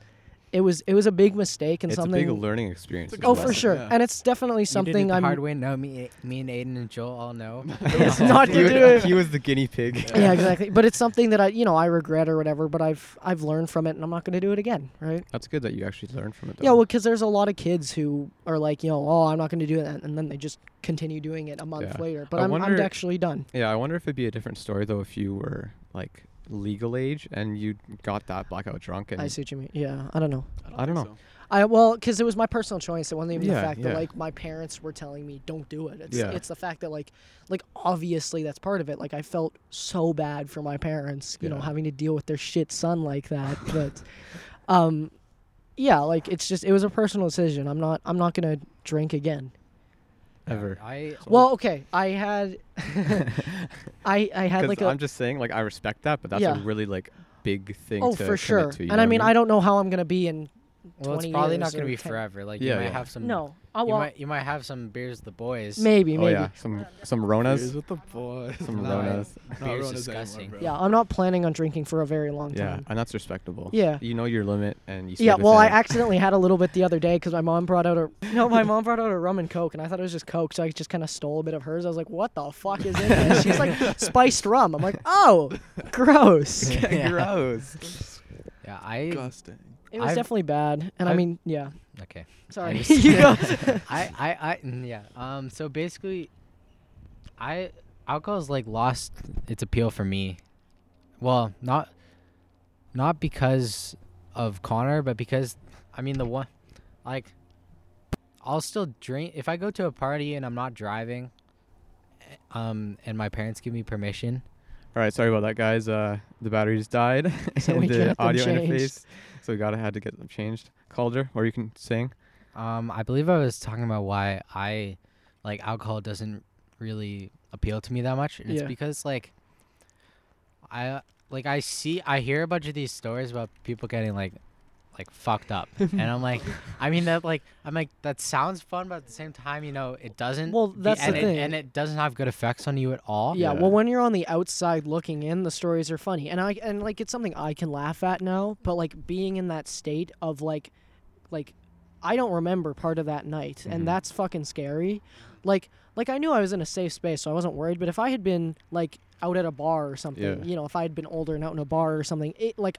Speaker 3: it was it was a big mistake and
Speaker 1: it's
Speaker 3: something.
Speaker 1: a big learning experience. as
Speaker 2: It's a good
Speaker 3: oh,
Speaker 1: well.
Speaker 3: for
Speaker 2: lesson,
Speaker 3: sure,
Speaker 2: yeah.
Speaker 3: and it's definitely
Speaker 4: you did it
Speaker 3: something
Speaker 4: the
Speaker 3: I'm
Speaker 4: hard way. No, me, me and Aiden and Joel all know.
Speaker 3: *laughs* It's not
Speaker 4: *laughs*
Speaker 3: to
Speaker 1: He was-
Speaker 3: do it.
Speaker 1: He was the guinea pig.
Speaker 3: *laughs* yeah exactly. But it's something that I you know I regret or whatever. But I've I've learned from it, and I'm not going to do it again, right?
Speaker 1: That's good that you actually learned from it. Though.
Speaker 3: Yeah, well, because there's a lot of kids who are like, you know, oh, I'm not going to do that, and then they just continue doing it a month
Speaker 1: Yeah.
Speaker 3: later. But
Speaker 1: I
Speaker 3: I'm, I'm
Speaker 1: wonder-
Speaker 3: actually done.
Speaker 1: Yeah, I wonder if it'd be a different story though if you were like legal age and you got that blackout drunk and
Speaker 3: I see what you mean. Yeah, I don't know.
Speaker 1: I don't
Speaker 2: think
Speaker 1: know.
Speaker 3: I well, because it was my personal choice. It wasn't even the
Speaker 1: Yeah,
Speaker 3: fact that
Speaker 1: yeah.
Speaker 3: like my parents were telling me don't do it. It's
Speaker 1: Yeah.
Speaker 3: it's the fact that like like obviously that's part of it. Like I felt so bad for my parents, you know,
Speaker 1: Yeah.
Speaker 3: having to deal with their shit son like that. but *laughs* um, yeah, like it's just it was a personal decision. I'm not I'm not gonna drink again.
Speaker 1: ever.
Speaker 4: I
Speaker 3: Well, okay, I had
Speaker 1: *laughs*
Speaker 3: I *laughs* I had
Speaker 1: Because
Speaker 3: like a
Speaker 1: I'm just saying, like I respect that, but that's
Speaker 3: Yeah.
Speaker 1: a really like big thing.
Speaker 3: oh
Speaker 1: to
Speaker 3: for
Speaker 1: commit
Speaker 3: sure.
Speaker 1: To, you
Speaker 3: and
Speaker 1: know
Speaker 3: I mean
Speaker 1: what
Speaker 3: I don't know how I'm gonna be in
Speaker 4: well, it's
Speaker 3: 20
Speaker 4: probably
Speaker 3: years
Speaker 4: not going
Speaker 3: or
Speaker 4: to be
Speaker 3: 10.
Speaker 4: forever. Like
Speaker 1: Yeah,
Speaker 4: you might
Speaker 1: yeah.
Speaker 4: have some.
Speaker 3: no. Oh
Speaker 4: You
Speaker 3: well,
Speaker 4: might you might have some beers with the boys. *laughs*
Speaker 3: maybe *laughs*
Speaker 1: Oh
Speaker 3: maybe.
Speaker 1: yeah, some some Ronas.
Speaker 2: Beers with the boys.
Speaker 1: Some
Speaker 4: No, I-
Speaker 1: Ronas.
Speaker 2: Not
Speaker 4: Beer's
Speaker 2: Ronas anymore,
Speaker 4: disgusting.
Speaker 2: bro.
Speaker 3: Yeah, I'm not planning on drinking for a very long
Speaker 1: Yeah,
Speaker 3: time.
Speaker 1: and that's respectable.
Speaker 3: Yeah.
Speaker 1: You know your limit and you.
Speaker 3: Yeah,
Speaker 1: stayed
Speaker 3: well, I
Speaker 1: within
Speaker 3: *laughs*
Speaker 1: it.
Speaker 3: accidentally had a little bit the other day because my mom brought out
Speaker 4: *laughs*
Speaker 3: a no, my mom brought out a rum and coke, and I thought it was just coke, so I just kind of stole a bit of hers. I was like, "What the fuck is in this?" She's
Speaker 4: *laughs*
Speaker 3: like, "Spiced rum." I'm like, "Oh, gross."
Speaker 4: Yeah.
Speaker 1: Gross.
Speaker 4: Yeah, I
Speaker 2: Disgusting.
Speaker 3: It was
Speaker 4: I've-
Speaker 3: definitely bad, and I,
Speaker 4: I've-
Speaker 3: mean, yeah.
Speaker 4: okay.
Speaker 3: Sorry. *laughs*
Speaker 4: just-
Speaker 3: You
Speaker 4: *laughs*
Speaker 3: know?
Speaker 4: I, I, I, mm, yeah. Um. So basically, I alcohol's like lost its appeal for me. Well, not, not because of Connor, but because I mean the one, like, I'll still drink if I go to a party and I'm not driving. eh, Um, and my parents give me permission,
Speaker 1: All right, sorry about that, guys. Uh, the batteries died *laughs*
Speaker 3: *laughs* So
Speaker 1: and
Speaker 3: we
Speaker 1: the
Speaker 3: got them
Speaker 1: audio
Speaker 3: changed.
Speaker 1: interface, so we gotta had to get them changed. Calder, or you can sing.
Speaker 4: Um, I believe I was talking about why I like alcohol doesn't really appeal to me that much. And
Speaker 3: Yeah.
Speaker 4: It's because like I like I see I hear a bunch of these stories about people getting like like
Speaker 3: *laughs*
Speaker 4: fucked up. and I'm like I mean that like I'm like that sounds fun but at the same time, you know, it doesn't
Speaker 3: Well, that's the
Speaker 4: and it,
Speaker 3: thing.
Speaker 4: and it doesn't have good effects on you at all.
Speaker 3: *laughs* Yeah,
Speaker 1: Yeah.
Speaker 3: well, when you're on the outside looking in, the stories are funny, and I and like it's something I can laugh at now. But like being in that state of like, like, I don't remember part of that night,
Speaker 1: Mhm.
Speaker 3: and that's fucking scary. Like, like I knew I was in a safe space, so I wasn't worried. But if I had been like out at a bar or something,
Speaker 1: Yeah.
Speaker 3: you know, if I had been older and out in a bar or something, it like,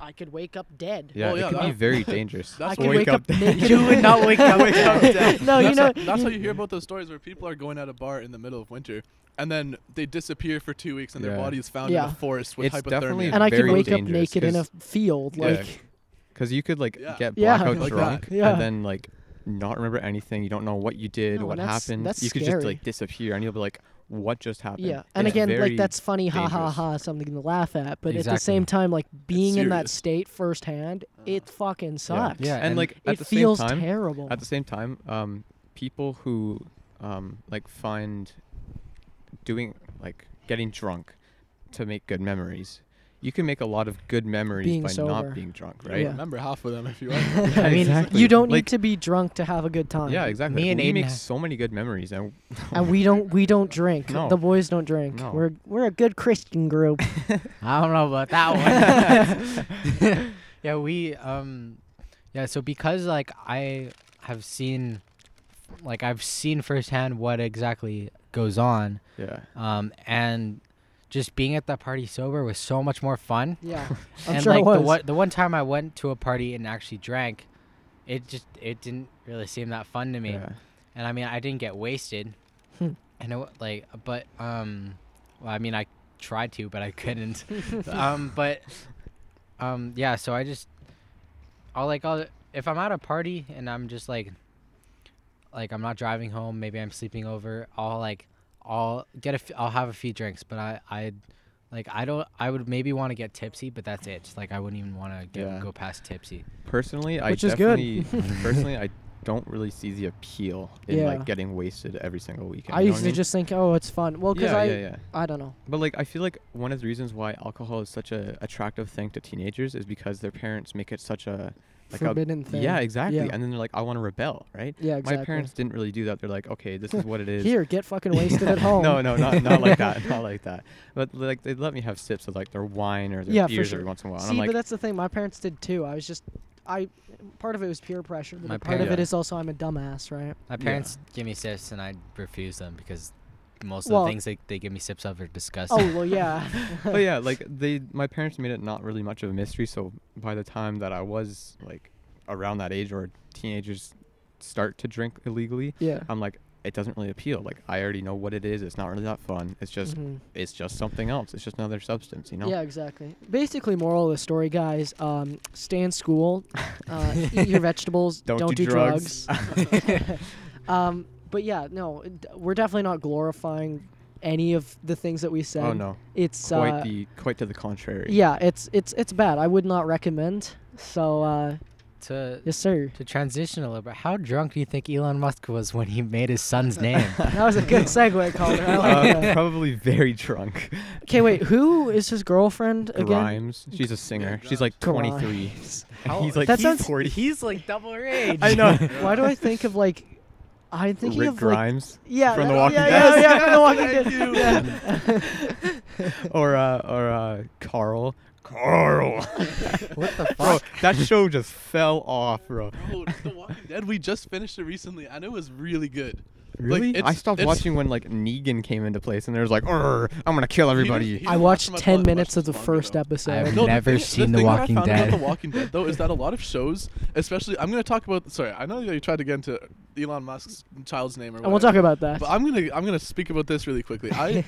Speaker 3: I could wake up dead.
Speaker 1: Yeah,
Speaker 2: Oh, yeah,
Speaker 1: it could be
Speaker 2: that- *laughs*
Speaker 1: very dangerous.
Speaker 2: that's
Speaker 3: I
Speaker 2: what
Speaker 3: could wake, up, *laughs* naked.
Speaker 4: You would *laughs* not wake up
Speaker 2: dead.
Speaker 3: no, you
Speaker 2: that's
Speaker 3: know,
Speaker 2: how, that's how you hear about those stories where people are going at a bar in the middle of winter and then they disappear for two weeks and their
Speaker 1: Yeah.
Speaker 2: body is found in
Speaker 3: Yeah.
Speaker 2: a forest with
Speaker 1: It's definitely
Speaker 2: hypothermia.
Speaker 3: and I could
Speaker 1: very
Speaker 3: wake up
Speaker 1: dangerous,
Speaker 3: naked in a field,
Speaker 1: Yeah.
Speaker 3: like.
Speaker 1: Because you could like
Speaker 2: Yeah.
Speaker 1: get
Speaker 3: Yeah.
Speaker 1: blackout
Speaker 2: Like that.
Speaker 1: drunk
Speaker 3: Yeah.
Speaker 1: and then like not remember anything. You don't know what you did,
Speaker 3: No,
Speaker 1: what
Speaker 3: and that's-
Speaker 1: happened.
Speaker 3: that's
Speaker 1: you could just
Speaker 3: scary.
Speaker 1: like disappear and you'll be like, what just happened?
Speaker 3: Yeah, and
Speaker 1: It's
Speaker 3: again, like
Speaker 1: very-
Speaker 3: that's funny, ha ha
Speaker 1: dangerous.
Speaker 3: ha, something to laugh at. But at the
Speaker 4: Exactly.
Speaker 3: same time, like being in that
Speaker 2: serious.
Speaker 3: state firsthand, it fucking sucks.
Speaker 4: Yeah,
Speaker 1: And,
Speaker 4: and
Speaker 1: like at
Speaker 3: it
Speaker 1: the same
Speaker 3: feels
Speaker 1: time,
Speaker 3: terrible.
Speaker 1: at the same time, um, people who um, like find doing like getting drunk to make good memories. You can make a lot of good memories
Speaker 3: Being
Speaker 1: by
Speaker 3: sober.
Speaker 1: not being drunk,
Speaker 2: You
Speaker 1: right? *laughs*
Speaker 3: Yeah.
Speaker 2: remember half of them if you
Speaker 1: Yeah,
Speaker 3: *laughs*
Speaker 2: want. *laughs*
Speaker 4: I mean,
Speaker 1: exactly.
Speaker 3: you don't
Speaker 1: like,
Speaker 3: need to be drunk to have a good time.
Speaker 1: Yeah, exactly.
Speaker 4: Me and
Speaker 1: we
Speaker 4: Aiden
Speaker 1: make
Speaker 4: ha-
Speaker 1: so many good memories, and
Speaker 3: And we don't we don't drink.
Speaker 1: No.
Speaker 3: The boys don't drink.
Speaker 1: No.
Speaker 3: We're we're a good
Speaker 1: *laughs*
Speaker 3: Christian group.
Speaker 4: I don't know about that one. yeah, we um yeah, so because like I have seen like I've seen firsthand what exactly goes on.
Speaker 1: yeah,
Speaker 4: Um and just being at that party sober was so much more fun.
Speaker 3: yeah, I'm
Speaker 4: and
Speaker 3: sure
Speaker 4: like
Speaker 3: it was.
Speaker 4: the one the one time I went to a party and actually drank, it just it didn't really seem that fun to me
Speaker 1: yeah.
Speaker 4: and I mean I didn't get wasted,
Speaker 3: Hmm.
Speaker 4: and it, wa- like but um, well I mean I tried to but
Speaker 3: *laughs*
Speaker 4: I couldn't, um but um yeah so I just I'll like I'll if I'm at a party and I'm just like like I'm not driving home maybe I'm sleeping over I'll like I'll get a f- I'll have a few drinks but I I like I don't I would maybe want to get tipsy but that's it like I wouldn't even want to
Speaker 1: Yeah.
Speaker 4: go past tipsy
Speaker 1: Personally, I
Speaker 3: Which is good.
Speaker 1: definitely
Speaker 3: *laughs*
Speaker 1: personally I don't really see the appeal in
Speaker 3: Yeah.
Speaker 1: like getting wasted every single weekend.
Speaker 3: I
Speaker 1: you know
Speaker 3: used
Speaker 1: what
Speaker 3: to
Speaker 1: mean?
Speaker 3: just think, oh, it's fun. Well, because
Speaker 1: yeah,
Speaker 3: I
Speaker 1: yeah, yeah.
Speaker 3: I don't know.
Speaker 1: But like I feel like one of the reasons why alcohol is such a attractive thing to teenagers is because their parents make it such a like
Speaker 3: Forbidden
Speaker 1: a
Speaker 3: thing.
Speaker 1: Yeah, exactly.
Speaker 3: Yeah.
Speaker 1: And then they're like, I want to rebel, right?
Speaker 3: Yeah, exactly.
Speaker 1: My parents didn't really do that. They're like, okay, this is what it is.
Speaker 3: *laughs* Here, get fucking wasted
Speaker 1: *laughs*
Speaker 3: at home.
Speaker 1: No, no, not not
Speaker 3: *laughs*
Speaker 1: like that, not like that. But like they let me have sips of like their wine or their
Speaker 3: Yeah, for
Speaker 1: beers
Speaker 3: sure.
Speaker 1: every once in a while. And
Speaker 3: See,
Speaker 1: I'm like,
Speaker 3: but that's the thing. My parents did too. I was just, I, part of it was peer pressure. But
Speaker 4: My
Speaker 3: part of it
Speaker 1: parents-
Speaker 3: is also I'm a dumbass, right?
Speaker 4: My
Speaker 1: Yeah.
Speaker 4: parents give me sips and I refuse them because most of
Speaker 3: Well-
Speaker 4: the things they, they give me sips of are disgusting.
Speaker 3: Oh well, yeah.
Speaker 1: but
Speaker 3: *laughs*
Speaker 1: yeah, like they, my parents made it not really much of a mystery. So by the time that I was like around that age where teenagers start to drink illegally,
Speaker 3: yeah.
Speaker 1: I'm like, it doesn't really appeal. Like I already know what it is. It's not really that fun. It's just,
Speaker 3: Mhm.
Speaker 1: it's just something else. It's just another substance, you know?
Speaker 3: Yeah, exactly. Basically, moral of the story, guys: um, stay in
Speaker 1: *laughs*
Speaker 3: school, uh, eat your vegetables,
Speaker 1: Don't do drugs. *laughs* Oh,
Speaker 3: drugs. um, but yeah, no, d- we're definitely not glorifying any of the things that we said.
Speaker 1: Oh no,
Speaker 3: it's
Speaker 1: quite
Speaker 3: uh,
Speaker 1: the quite to the contrary.
Speaker 3: yeah, it's it's it's bad. I would not recommend. So uh,
Speaker 4: To
Speaker 1: *laughs*
Speaker 3: yes, sir.
Speaker 4: to transition a little bit, how drunk do you think Elon Musk was when he made
Speaker 3: *laughs*
Speaker 4: his son's name?
Speaker 3: That was a good
Speaker 4: *laughs*
Speaker 1: *laughs*
Speaker 3: segue, Calder. I like
Speaker 1: Uh,
Speaker 3: that.
Speaker 1: probably very drunk.
Speaker 3: Okay, wait. Who is his girlfriend again?
Speaker 1: Grimes, she's a singer. She's like
Speaker 3: Grimes.
Speaker 1: 23.
Speaker 4: How-
Speaker 1: And *laughs* he's like
Speaker 3: That
Speaker 1: he's
Speaker 3: sounds-
Speaker 1: 40.
Speaker 4: He's like double her age.
Speaker 1: I know.
Speaker 3: Why do I think of like? I'm thinking
Speaker 1: Rick
Speaker 3: of like
Speaker 1: Grimes
Speaker 3: yeah,
Speaker 1: from
Speaker 3: that-
Speaker 1: The Walking
Speaker 3: yeah,
Speaker 1: Dead.
Speaker 3: Yeah, yeah, from The Walking Dead. Yeah.
Speaker 4: *laughs*
Speaker 1: *laughs* or uh, or uh, Carl. Carl.
Speaker 4: *laughs* what the
Speaker 1: *laughs* bro,
Speaker 4: fuck?
Speaker 1: that show just fell off, bro.
Speaker 2: Bro, The Walking Dead, we just finished it recently and it was really good.
Speaker 1: Really? I
Speaker 2: it's-
Speaker 1: stopped
Speaker 2: it's-
Speaker 1: watching when like Negan came into place, and there was like, "Arr, "I'm gonna kill everybody."
Speaker 2: He
Speaker 3: I
Speaker 2: was
Speaker 3: watched
Speaker 2: watching my
Speaker 3: ten
Speaker 2: blood
Speaker 3: minutes of the
Speaker 2: pressure
Speaker 3: first
Speaker 2: longer,
Speaker 3: episode.
Speaker 4: I've
Speaker 2: No, the
Speaker 4: never
Speaker 2: thing- the
Speaker 4: seen The
Speaker 2: thing
Speaker 4: Walking
Speaker 2: that I found About
Speaker 4: Dead.
Speaker 2: the Walking Dead, though, is that a lot of shows, especially, I'm going to talk about. Sorry, I know that you tried to get into Elon Musk's child's name or.
Speaker 3: and we'll talk about that.
Speaker 2: But I'm gonna I'm gonna speak about this really quickly.
Speaker 3: *laughs*
Speaker 2: I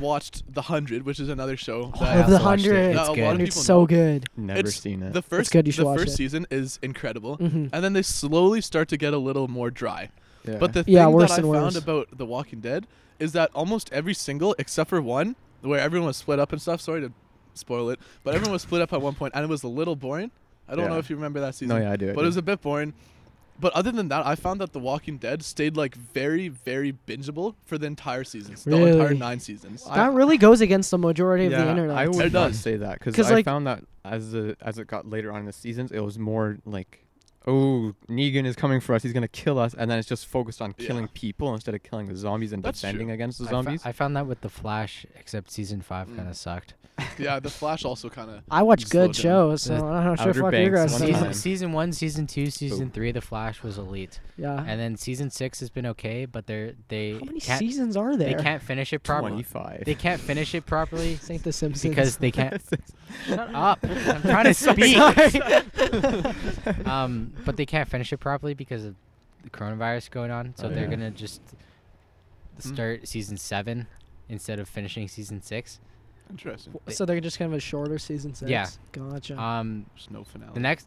Speaker 2: watched The Hundred, which is another show.
Speaker 3: I
Speaker 4: I
Speaker 2: That
Speaker 3: Of the
Speaker 4: also watched it.
Speaker 3: hundred.
Speaker 4: It's
Speaker 2: No,
Speaker 4: good.
Speaker 3: And
Speaker 2: Water-
Speaker 3: it's
Speaker 2: people
Speaker 3: so
Speaker 2: know.
Speaker 3: good.
Speaker 1: Never
Speaker 2: it's
Speaker 1: seen it.
Speaker 2: The first
Speaker 3: good, you should
Speaker 2: the
Speaker 3: watch
Speaker 2: first
Speaker 3: it.
Speaker 2: season is incredible,
Speaker 3: hmm
Speaker 2: and then they slowly start to get a little more dry.
Speaker 1: yeah.
Speaker 2: But the thing
Speaker 3: Yeah, worse
Speaker 2: that I
Speaker 3: and
Speaker 2: found
Speaker 3: worse.
Speaker 2: about The Walking Dead is that almost every single, except for one, where everyone was split up and stuff. Sorry to spoil it, but everyone was split up at one point, and it was a little boring. I don't
Speaker 1: Yeah.
Speaker 2: know if you remember that season.
Speaker 1: No, yeah, I do. I
Speaker 2: but
Speaker 1: do.
Speaker 2: it was a bit boring. But other than that, I found that The Walking Dead stayed like very, very bingeable for the entire seasons, the entire
Speaker 3: Really?
Speaker 2: nine seasons.
Speaker 3: that really goes against the majority of the internet.
Speaker 1: I would
Speaker 2: It
Speaker 1: not
Speaker 2: does.
Speaker 1: say that because
Speaker 3: 'Cause,
Speaker 1: I
Speaker 3: like-
Speaker 1: found that as the as it got later on in the seasons, it was more like, oh, Negan is coming for us. He's gonna kill us, and then it's just focused on
Speaker 2: Yeah.
Speaker 1: killing people instead of killing the zombies and
Speaker 2: That's
Speaker 1: defending
Speaker 2: true.
Speaker 1: against the
Speaker 4: I fo-
Speaker 1: zombies.
Speaker 4: I found that with The Flash, except season five
Speaker 2: Mm.
Speaker 4: kind of sucked.
Speaker 2: yeah, The Flash also kind of.
Speaker 3: I watch
Speaker 2: Slow
Speaker 3: good
Speaker 2: down.
Speaker 3: shows, so
Speaker 4: The
Speaker 3: I'm not sure
Speaker 1: Outer
Speaker 3: fuck you
Speaker 1: Banks
Speaker 3: guys.
Speaker 1: one
Speaker 3: think.
Speaker 1: time.
Speaker 4: Season, season one, season two, season three, The Flash was elite,
Speaker 3: Yeah.
Speaker 4: and then season six has been okay, but they're they
Speaker 3: How many
Speaker 4: can't
Speaker 3: seasons are
Speaker 4: they
Speaker 3: there?
Speaker 4: can't finish it properly.
Speaker 1: Twenty-five.
Speaker 4: They can't finish
Speaker 3: *laughs*
Speaker 4: it properly
Speaker 3: This ain't The Simpsons.
Speaker 4: because they
Speaker 3: *laughs*
Speaker 4: can't Shut up. I'm trying to
Speaker 1: Sorry,
Speaker 4: speak. *laughs* um, but they can't finish it properly because of the coronavirus going on. So
Speaker 1: Oh,
Speaker 4: they're
Speaker 1: yeah. Mm.
Speaker 4: going to just start season seven instead of finishing season six.
Speaker 2: Interesting.
Speaker 3: so they're just kind of a shorter season six.
Speaker 4: Yeah.
Speaker 3: Gotcha.
Speaker 4: Um,
Speaker 2: There's no finale.
Speaker 4: the next,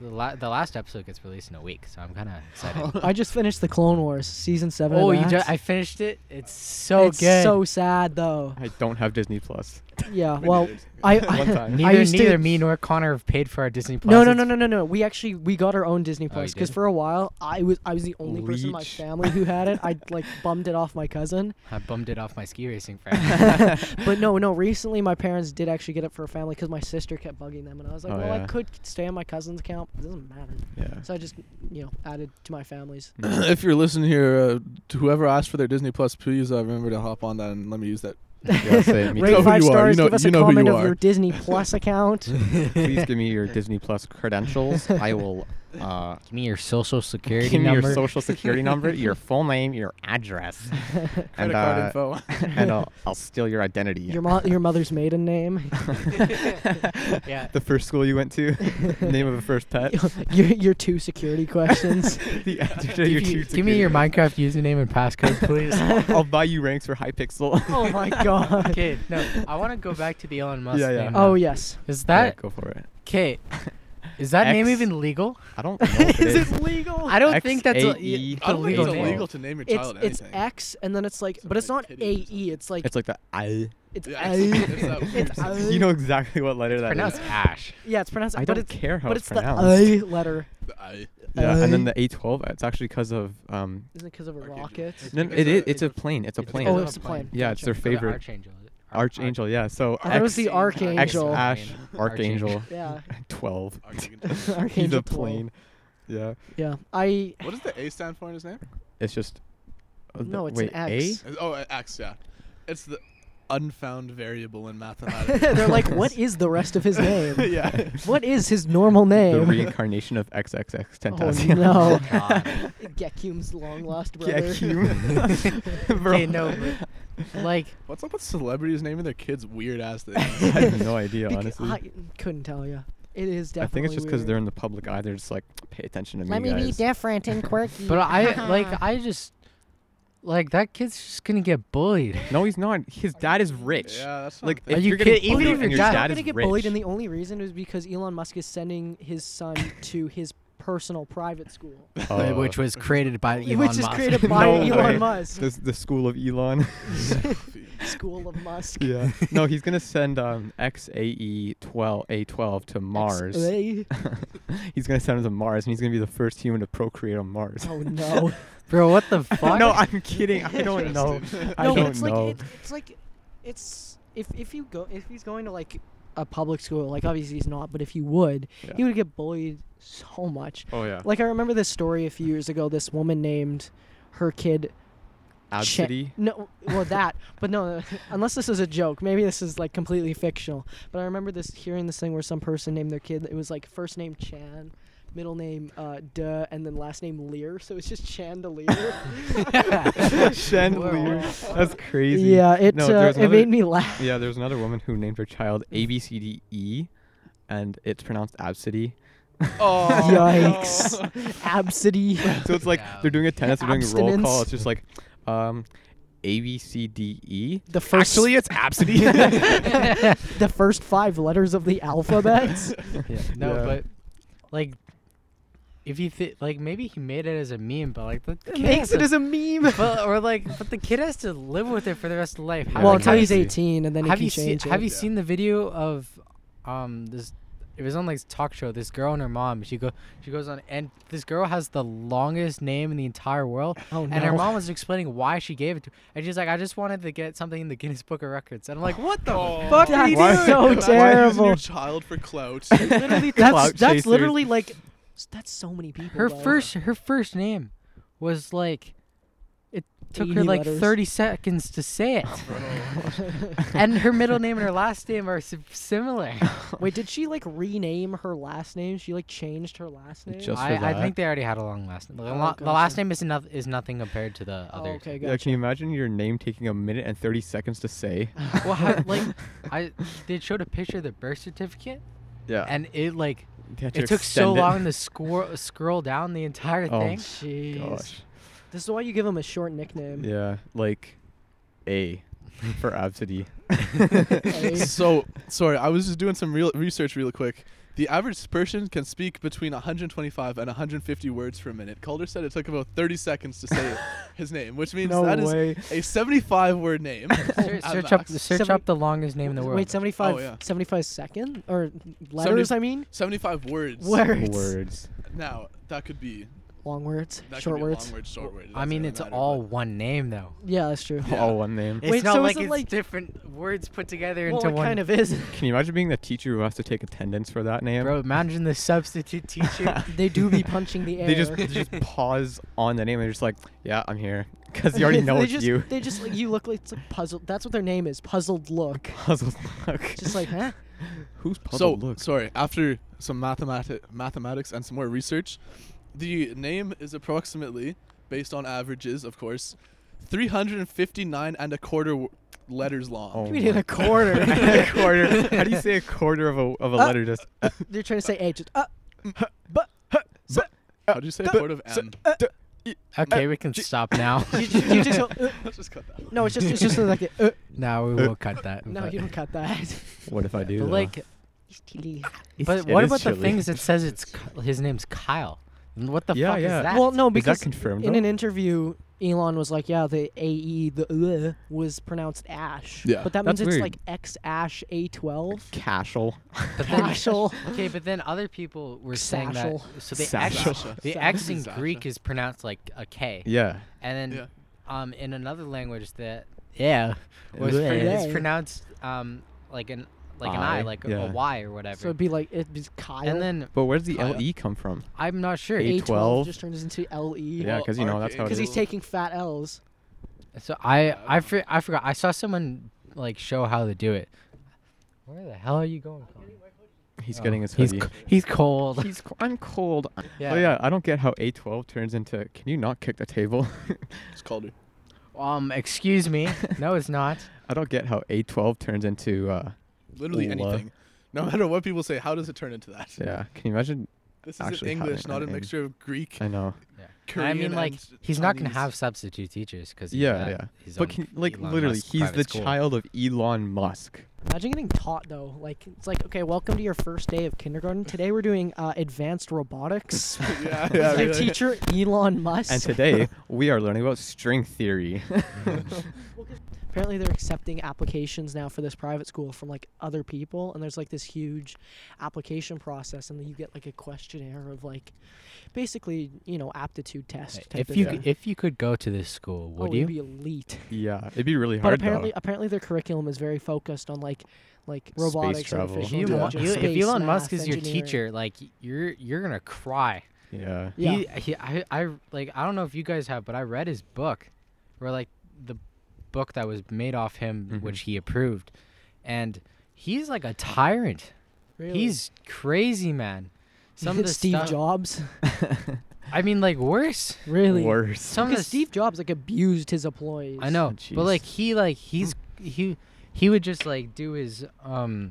Speaker 4: the, la- the last episode gets released in a week. So I'm kind of
Speaker 3: *laughs*
Speaker 4: excited.
Speaker 3: I just finished the Clone Wars season seven. of
Speaker 4: oh, you
Speaker 3: that.
Speaker 4: just, I finished it. It's so
Speaker 3: it's
Speaker 4: good.
Speaker 3: so sad
Speaker 4: *laughs*
Speaker 3: though.
Speaker 1: I don't have Disney Plus.
Speaker 3: Yeah.
Speaker 2: We
Speaker 3: Well,
Speaker 2: did it.
Speaker 3: I,
Speaker 1: One
Speaker 3: I
Speaker 1: time.
Speaker 4: neither
Speaker 3: used to-
Speaker 4: neither me nor Connor have paid for our Disney Plus.
Speaker 3: no no
Speaker 4: It's-
Speaker 3: no no no no. We actually we got our own Disney
Speaker 4: Oh,
Speaker 3: Plus
Speaker 4: you
Speaker 3: because
Speaker 4: did?
Speaker 3: for a while I was I was the only person in my
Speaker 1: Leech.
Speaker 3: family who had it. I
Speaker 2: *laughs*
Speaker 3: like bummed it off my cousin.
Speaker 4: I bummed it off my ski racing friend.
Speaker 3: but no, no. Recently, my parents did actually get it for a family because my sister kept bugging them, and I was like,
Speaker 1: Oh,
Speaker 3: "Well, I
Speaker 1: yeah.
Speaker 3: could stay on my cousin's account. It doesn't matter."
Speaker 1: Yeah.
Speaker 3: So I just, you know, added to my family's.
Speaker 2: *laughs* if you're listening here, uh, to whoever asked for their Disney Plus, please uh, remember to hop on that and let me use that.
Speaker 1: *laughs* Yeah,
Speaker 3: *laughs*
Speaker 1: same, me
Speaker 3: Rate
Speaker 1: too.
Speaker 2: who
Speaker 3: five
Speaker 2: you are.
Speaker 3: stars.
Speaker 2: You know-
Speaker 3: give us
Speaker 2: you
Speaker 3: a
Speaker 2: know who
Speaker 3: comment
Speaker 2: you
Speaker 3: of
Speaker 2: are.
Speaker 3: your
Speaker 2: *laughs*
Speaker 3: Disney Plus account.
Speaker 1: Please give me your Disney Plus credentials. I will. Uh,
Speaker 4: Give me your social security
Speaker 1: give me
Speaker 4: number.
Speaker 1: your social security number, your full name, your address, and
Speaker 2: Credit card
Speaker 1: uh,
Speaker 2: info.
Speaker 1: *laughs* and I'll, I'll steal your identity.
Speaker 3: Your
Speaker 1: *laughs*
Speaker 3: mo- your mother's
Speaker 2: *laughs*
Speaker 3: maiden name.
Speaker 4: yeah.
Speaker 1: the first school you went to, name of the first pet,
Speaker 3: *laughs* your your
Speaker 1: *laughs*
Speaker 3: two
Speaker 2: *laughs*
Speaker 3: security questions.
Speaker 1: the answer to your
Speaker 4: *laughs* Give, you-
Speaker 1: two
Speaker 4: give me your
Speaker 1: security-
Speaker 4: Minecraft username and passcode, please.
Speaker 1: *laughs*
Speaker 4: *laughs*
Speaker 1: I'll buy you ranks for Hypixel.
Speaker 3: oh
Speaker 1: *laughs*
Speaker 3: my god.
Speaker 4: okay, no, I want to go back to the Elon Musk
Speaker 1: Yeah, yeah.
Speaker 4: name.
Speaker 3: Oh
Speaker 4: though.
Speaker 3: yes.
Speaker 4: Is
Speaker 1: Yeah,
Speaker 4: that
Speaker 1: go for it.
Speaker 4: okay? Is that name
Speaker 1: X-
Speaker 4: even legal?
Speaker 1: I don't know. If it is.
Speaker 3: *laughs*
Speaker 1: E.
Speaker 3: legal?
Speaker 4: I don't think that's a,
Speaker 1: XAE.
Speaker 4: it's
Speaker 2: I don't think
Speaker 4: illegal
Speaker 2: it's
Speaker 1: name.
Speaker 2: illegal to name your
Speaker 3: It's
Speaker 2: child
Speaker 3: it's
Speaker 2: anything.
Speaker 3: X and then it's like,
Speaker 2: Some
Speaker 3: but it's
Speaker 2: like
Speaker 3: not
Speaker 2: kitty or
Speaker 3: A E.
Speaker 2: something.
Speaker 3: It's like
Speaker 1: It's like the I.
Speaker 3: it's
Speaker 2: Yeah,
Speaker 3: I.
Speaker 2: it's- it's that
Speaker 1: *laughs*
Speaker 2: weird
Speaker 3: *laughs* It's
Speaker 2: sound.
Speaker 3: I.
Speaker 1: You know exactly what letter that is.
Speaker 4: pronounced Ash.
Speaker 3: Yeah, it's pronounced.
Speaker 1: I
Speaker 3: but
Speaker 1: don't
Speaker 3: it's,
Speaker 1: care how
Speaker 3: But
Speaker 1: it's
Speaker 3: it's the
Speaker 1: pronounced.
Speaker 3: I letter.
Speaker 2: I-
Speaker 1: yeah, and then the A12. It's actually because of um.
Speaker 3: Isn't it because of a
Speaker 2: Archangel.
Speaker 3: rocket?
Speaker 1: No,
Speaker 2: It's
Speaker 1: it
Speaker 2: a-
Speaker 1: is. It's a
Speaker 2: it's a-
Speaker 1: plane. It's a
Speaker 2: it's a
Speaker 1: plane.
Speaker 3: Oh,
Speaker 2: plane.
Speaker 3: it's a plane.
Speaker 1: Yeah, it's their
Speaker 3: Gotcha.
Speaker 4: Go to
Speaker 1: favorite.
Speaker 4: Archangel. Ar-
Speaker 1: Archangel. Yeah. So
Speaker 3: I thought it was
Speaker 1: X-
Speaker 3: the
Speaker 4: Ar-
Speaker 2: Archangel.
Speaker 1: X
Speaker 3: Archangel.
Speaker 1: Ash Archangel
Speaker 4: Archangel.
Speaker 3: Yeah.
Speaker 1: twelve. *laughs*
Speaker 2: Archangel.
Speaker 1: He's
Speaker 3: Archangel
Speaker 1: a
Speaker 3: 12.
Speaker 1: plane. Yeah.
Speaker 3: Yeah. I
Speaker 2: What does the A stand for in his name?
Speaker 1: It's just. uh,
Speaker 3: No,
Speaker 1: th-
Speaker 3: it's an
Speaker 1: wait, A?
Speaker 3: X.
Speaker 2: Oh, uh, X, yeah. It's the unfound variable in mathematics.
Speaker 3: *laughs*
Speaker 1: *laughs*
Speaker 3: They're like,
Speaker 2: *laughs*
Speaker 3: what is the rest of his name?
Speaker 2: yeah.
Speaker 3: What is his normal
Speaker 1: The
Speaker 3: name?
Speaker 1: reincarnation of XXX
Speaker 3: *laughs* oh
Speaker 1: Tentacion.
Speaker 3: no.
Speaker 4: God.
Speaker 1: *laughs*
Speaker 3: Gekum's long lost brother. *laughs*
Speaker 1: Gekum. *laughs* Bro,
Speaker 4: Okay, no, but,
Speaker 1: *laughs*
Speaker 4: like
Speaker 2: What's up with celebrities naming their kids weird ass
Speaker 1: I
Speaker 2: things?
Speaker 1: have no idea,
Speaker 3: Bec-
Speaker 1: honestly.
Speaker 3: I couldn't tell you. It is
Speaker 1: I
Speaker 3: definitely.
Speaker 1: think it's just because
Speaker 3: because
Speaker 1: they're in the public eye. They're just like, pay attention to me,
Speaker 5: Let me be
Speaker 1: guys.
Speaker 5: different and quirky. *laughs*
Speaker 4: But
Speaker 1: *laughs*
Speaker 4: I like I just like that kid's just gonna get bullied.
Speaker 1: no, he's not. His dad is rich.
Speaker 2: yeah, that's
Speaker 1: Like,
Speaker 2: something.
Speaker 1: if
Speaker 4: Are you
Speaker 1: are getting
Speaker 4: kidding? Even
Speaker 1: bullied
Speaker 4: if your
Speaker 1: Oh, and your dad,
Speaker 4: dad- Not
Speaker 3: gonna
Speaker 1: is
Speaker 3: get
Speaker 1: rich,
Speaker 3: bullied, and the only reason is because Elon Musk is sending his son to his personal
Speaker 1: *laughs*
Speaker 3: private school,
Speaker 1: Uh,
Speaker 4: which was created by Elon
Speaker 3: which is
Speaker 4: Musk. *laughs*
Speaker 3: created
Speaker 1: *laughs*
Speaker 3: by
Speaker 1: No
Speaker 3: Elon
Speaker 1: way.
Speaker 3: Musk.
Speaker 1: this, the school of
Speaker 3: *laughs*
Speaker 1: Elon.
Speaker 2: *laughs*
Speaker 3: School of Musk.
Speaker 1: yeah. No, he's gonna send um XAE twelve A twelve to Mars.
Speaker 3: XA.
Speaker 1: he's gonna send him to Mars, and he's gonna be the first human to procreate on Mars. *laughs*
Speaker 3: Oh no.
Speaker 4: Bro, what the fuck?
Speaker 1: no, I'm kidding. I don't know.
Speaker 3: *laughs*
Speaker 1: I
Speaker 3: no,
Speaker 1: don't
Speaker 3: but it's
Speaker 1: know.
Speaker 3: like it, it's like it's if if you go if he's going to like a public school, like obviously he's not, but if he would, he
Speaker 1: Yeah.
Speaker 3: would get bullied so much.
Speaker 1: *laughs* oh yeah.
Speaker 3: Like I remember this story a few years ago. This woman named her kid Che-
Speaker 1: Absidy.
Speaker 3: No,
Speaker 4: *laughs*
Speaker 3: well that, but no. Unless this is a joke, maybe this is like completely fictional. But I remember this hearing this thing where some person named their kid. It was like first name Chan, middle name uh, Duh, and then last name Lear. So it's just
Speaker 4: *laughs*
Speaker 3: Chandelier.
Speaker 1: *laughs* Chandelier. That's crazy.
Speaker 3: yeah, it
Speaker 1: No,
Speaker 3: uh,
Speaker 1: there's
Speaker 3: it
Speaker 1: another-
Speaker 3: made me laugh.
Speaker 1: Yeah, there's another woman who named her child ABCDE, E, and it's pronounced Absidy. *laughs*
Speaker 2: Oh,
Speaker 3: Yikes.
Speaker 2: *laughs*
Speaker 3: Absidy.
Speaker 1: So it's like they're doing a tennis, they're doing a roll
Speaker 3: Abstinence.
Speaker 1: call. It's just like, um, A B C D E.
Speaker 3: The first
Speaker 4: uh,
Speaker 1: Actually, it's Absidy.
Speaker 3: the
Speaker 4: *laughs*
Speaker 3: first five letters of the alphabet.
Speaker 4: Yeah, no,
Speaker 1: Yeah.
Speaker 4: but like if you think like maybe he made it as a meme, but like the the kid
Speaker 5: makes
Speaker 4: has
Speaker 5: it
Speaker 4: to-
Speaker 5: as a meme.
Speaker 4: *laughs* but, or like but the kid has to live with it for the rest of life.
Speaker 1: Yeah,
Speaker 4: How *laughs*
Speaker 3: well,
Speaker 1: I
Speaker 3: until
Speaker 1: can
Speaker 3: he's
Speaker 1: see.
Speaker 3: 18, and then he
Speaker 4: have
Speaker 3: can
Speaker 4: you seen
Speaker 3: change it.
Speaker 4: have you
Speaker 2: Yeah.
Speaker 4: seen the video of um this it was on like this talk show this girl and her mom she go she goes on and this girl has the longest name in the entire world
Speaker 3: oh no.
Speaker 4: and her mom was explaining why she gave it to and she's like I just wanted to get something in the Guinness Book of Records and I'm like what the
Speaker 5: Fuck
Speaker 3: That's
Speaker 5: you
Speaker 2: Why-
Speaker 5: doing?
Speaker 3: *laughs* so
Speaker 2: Oh. why using
Speaker 3: terrible.
Speaker 2: your child for clout. *laughs*
Speaker 3: *laughs*
Speaker 4: literally
Speaker 1: Clout
Speaker 4: that's
Speaker 1: chasers.
Speaker 4: that's literally like
Speaker 3: S- That's so many people.
Speaker 4: her
Speaker 3: though.
Speaker 4: first her first name was like it took her
Speaker 3: 80
Speaker 4: like
Speaker 3: letters.
Speaker 4: *laughs* 30 seconds to say it *laughs* *laughs* and her middle name and her last name are sim- similar
Speaker 3: Wait, did she like rename her last name? She like changed her last name.
Speaker 1: Just- for
Speaker 4: I, I
Speaker 1: that.
Speaker 4: think they already had a long last name. The,
Speaker 3: Oh,
Speaker 4: lo-
Speaker 3: gotcha.
Speaker 4: the last name is enough is nothing compared to the
Speaker 3: Oh,
Speaker 4: other.
Speaker 3: okay,
Speaker 1: *laughs* Yeah,
Speaker 3: gotcha.
Speaker 1: can you imagine your name taking a minute and 30 seconds to say? *laughs*
Speaker 4: Well, *laughs* how, like I they showed a picture of the birth certificate,
Speaker 1: Yeah.
Speaker 4: and it like
Speaker 1: They had to
Speaker 4: it took so
Speaker 1: extend it.
Speaker 4: long to scroll scroll down the entire
Speaker 1: Oh,
Speaker 4: thing.
Speaker 3: Jeez.
Speaker 1: *laughs* Gosh.
Speaker 3: This is why you give him a short nickname.
Speaker 1: Yeah, like A for
Speaker 4: *laughs*
Speaker 1: Absidy. *laughs*
Speaker 3: Eh?
Speaker 2: so sorry, I was just doing some real research real quick. The average person can speak between 125 and 150 words per minute. Calder said it took about 30 seconds to say his name, which means that is
Speaker 1: way.
Speaker 2: a 75 word name.
Speaker 4: Search,
Speaker 2: at
Speaker 4: search up
Speaker 2: max.
Speaker 4: search
Speaker 3: Seven-
Speaker 4: up the longest name in the world.
Speaker 3: Wait, 75,
Speaker 2: Oh, yeah.
Speaker 3: 75 second or letters? I mean,
Speaker 2: 75 words.
Speaker 3: words.
Speaker 1: Words.
Speaker 2: Now that could be
Speaker 3: Long words,
Speaker 2: that
Speaker 3: short
Speaker 2: could be a
Speaker 3: words.
Speaker 2: Long word, short word. Oh, It
Speaker 4: I
Speaker 2: doesn't
Speaker 4: mean,
Speaker 2: really
Speaker 4: it's
Speaker 2: matter,
Speaker 4: all
Speaker 2: but-
Speaker 4: one name though.
Speaker 3: Yeah, that's true.
Speaker 2: Yeah.
Speaker 1: All one name.
Speaker 4: It's
Speaker 3: Wait,
Speaker 4: not
Speaker 3: so is
Speaker 4: like
Speaker 3: it
Speaker 4: it's
Speaker 3: like-
Speaker 4: different words put together
Speaker 3: Well,
Speaker 4: into
Speaker 3: it
Speaker 4: one.
Speaker 3: kind of is. *laughs*
Speaker 1: Can you imagine being the teacher who has to take attendance for that name?
Speaker 4: Bro, imagine the
Speaker 3: *laughs*
Speaker 4: substitute teacher.
Speaker 3: they do be punching the
Speaker 1: *laughs*
Speaker 3: air.
Speaker 1: They just they
Speaker 3: *laughs*
Speaker 1: just pause on the name and they're just like, yeah, I'm here, because
Speaker 3: *laughs*
Speaker 1: you already know
Speaker 3: they
Speaker 1: it's
Speaker 3: just,
Speaker 1: you. *laughs*
Speaker 3: They just like, you look like it's like puzzled. That's what their name is. Puzzled look.
Speaker 1: Puzzled look.
Speaker 3: Just like huh?
Speaker 1: Who's
Speaker 2: So
Speaker 1: puzzled look?
Speaker 2: sorry. After some mathemati- mathematics and some more research, the name is approximately, based on averages, of course, 359 and a quarter w- letters long.
Speaker 1: Oh. *laughs*
Speaker 2: *laughs*
Speaker 3: We did
Speaker 1: my
Speaker 3: a quarter.
Speaker 1: a quarter. How do you
Speaker 3: *laughs*
Speaker 1: say a quarter of a of a
Speaker 3: Uh,
Speaker 1: letter? Just
Speaker 3: *laughs* They're trying to say hey, just uh,
Speaker 2: How do you say a quarter of
Speaker 1: *laughs*
Speaker 2: M?
Speaker 1: uh,
Speaker 3: *laughs*
Speaker 4: okay, we can stop *laughs* now.
Speaker 3: you just, you just go, uh,
Speaker 2: Let's *laughs* just cut that.
Speaker 3: no, it's just
Speaker 1: *laughs*
Speaker 3: it's just like a, uh,
Speaker 4: no, we will cut that.
Speaker 3: no,
Speaker 4: but-
Speaker 3: you don't cut that. *laughs*
Speaker 1: what if I do?
Speaker 4: But *laughs*
Speaker 1: though?
Speaker 4: like,
Speaker 3: It's TD.
Speaker 1: It's-
Speaker 4: But
Speaker 1: it
Speaker 4: what
Speaker 1: is
Speaker 4: about the
Speaker 1: chilly.
Speaker 4: things that says it's Ky- his name's Kyle? What the
Speaker 1: Yeah,
Speaker 4: fuck
Speaker 1: yeah.
Speaker 4: is that?
Speaker 3: well, no,
Speaker 1: Is that
Speaker 3: because
Speaker 1: confirmed?
Speaker 3: in
Speaker 1: though?
Speaker 3: an interview, Elon was like, "Yeah, the AE the uh, was pronounced Ash."
Speaker 2: Yeah.
Speaker 3: but that
Speaker 1: That's
Speaker 3: means it's
Speaker 1: weird.
Speaker 3: like X Ash A twelve.
Speaker 1: Cashel.
Speaker 4: but *laughs* then,
Speaker 3: Cashel.
Speaker 4: okay, but then other people were saying
Speaker 3: Satchel.
Speaker 4: that. So the
Speaker 1: Satchel.
Speaker 4: X, the X in
Speaker 2: Satchel.
Speaker 4: Greek is pronounced like a K,
Speaker 1: Yeah.
Speaker 4: and then
Speaker 2: Yeah.
Speaker 4: um in another language that yeah *laughs* was
Speaker 1: Yeah.
Speaker 4: pro- is
Speaker 3: Yeah.
Speaker 4: pronounced um like an like an
Speaker 1: I,
Speaker 4: I like a-
Speaker 1: yeah.
Speaker 4: a Y or whatever.
Speaker 3: So it'd be like it'd be Kyle.
Speaker 4: and then
Speaker 1: But where's the
Speaker 2: Kyle.
Speaker 1: LE come from?
Speaker 4: I'm not sure.
Speaker 1: Eight.
Speaker 3: A
Speaker 1: A12.
Speaker 3: twelve just turns into L E.
Speaker 1: Yeah,
Speaker 2: Well,
Speaker 1: 'cause you know that's how it
Speaker 2: archangel-
Speaker 3: Because he's taking fat L's.
Speaker 4: So I I, for, I forgot. I saw someone like show how to do it. Where the hell are you going? Colin?
Speaker 1: He's
Speaker 4: Oh,
Speaker 1: getting his
Speaker 4: he's
Speaker 1: hoodie.
Speaker 4: co- he's *laughs* cold.
Speaker 1: He's co- I'm cold. Oh yeah, I don't get how A12 turns into. Can you not kick the table? *laughs*
Speaker 2: It's Calder.
Speaker 4: Um, excuse me. No, it's not.
Speaker 1: I don't get how A12 turns into. uh
Speaker 2: Literally
Speaker 1: Ula.
Speaker 2: anything. No matter what people say, how does it turn into that?
Speaker 1: Yeah. Can you imagine?
Speaker 2: *laughs* This is
Speaker 1: Actually, how
Speaker 2: English,
Speaker 1: it-
Speaker 2: not a
Speaker 1: and-
Speaker 2: mixture of Greek,
Speaker 1: I know.
Speaker 4: And
Speaker 2: Korean.
Speaker 4: I mean, like,
Speaker 2: and
Speaker 4: he's not gonna
Speaker 2: Chinese.
Speaker 4: have substitute teachers because
Speaker 1: Yeah, yeah. But can, like literally, he's the child of Elon Musk.
Speaker 3: Imagine getting taught though. Like it's like okay, welcome to your first day of kindergarten. Today we're doing uh, advanced
Speaker 1: *laughs*
Speaker 3: robotics.
Speaker 2: yeah, yeah,
Speaker 3: With your
Speaker 2: really.
Speaker 3: teacher Elon Musk.
Speaker 1: And today we are learning about string theory. *laughs*
Speaker 3: Apparently they're accepting applications now for this private school from like other people, and there's like this huge application process, and then you get like a questionnaire of like, basically you know aptitude test. type
Speaker 4: If
Speaker 3: of
Speaker 4: you
Speaker 3: thing.
Speaker 1: Yeah.
Speaker 4: if you could go to this school,
Speaker 3: oh,
Speaker 4: would
Speaker 3: it'd
Speaker 4: you?
Speaker 3: be elite.
Speaker 1: yeah, it'd be really
Speaker 3: But
Speaker 1: hard
Speaker 3: apparently,
Speaker 1: though.
Speaker 3: apparently their curriculum is very focused on like, like robotics,
Speaker 1: travel.
Speaker 3: artificial
Speaker 4: If, you,
Speaker 2: Yeah.
Speaker 4: want-
Speaker 3: intelligence,
Speaker 4: you- if
Speaker 3: space,
Speaker 4: Elon Musk
Speaker 3: math,
Speaker 4: is your
Speaker 3: engineering.
Speaker 4: teacher, like you're you're gonna cry.
Speaker 1: Yeah.
Speaker 3: yeah,
Speaker 4: He, he I, I like I don't know if you guys have, but I read his book, or like the book that was made off him,
Speaker 3: Mm-hmm.
Speaker 1: Mhm.
Speaker 4: which he approved, and he's like a tyrant.
Speaker 3: really. *laughs*
Speaker 4: He's crazy, man. Some of the
Speaker 3: Steve
Speaker 4: stuff,
Speaker 3: Jobs, *laughs*
Speaker 4: I mean, like worse.
Speaker 3: really.
Speaker 1: Worse.
Speaker 4: Some of the
Speaker 3: Because Steve Jobs like abused his employees.
Speaker 4: I know, but
Speaker 1: Jeez.
Speaker 4: like he like he's he he would just like do his um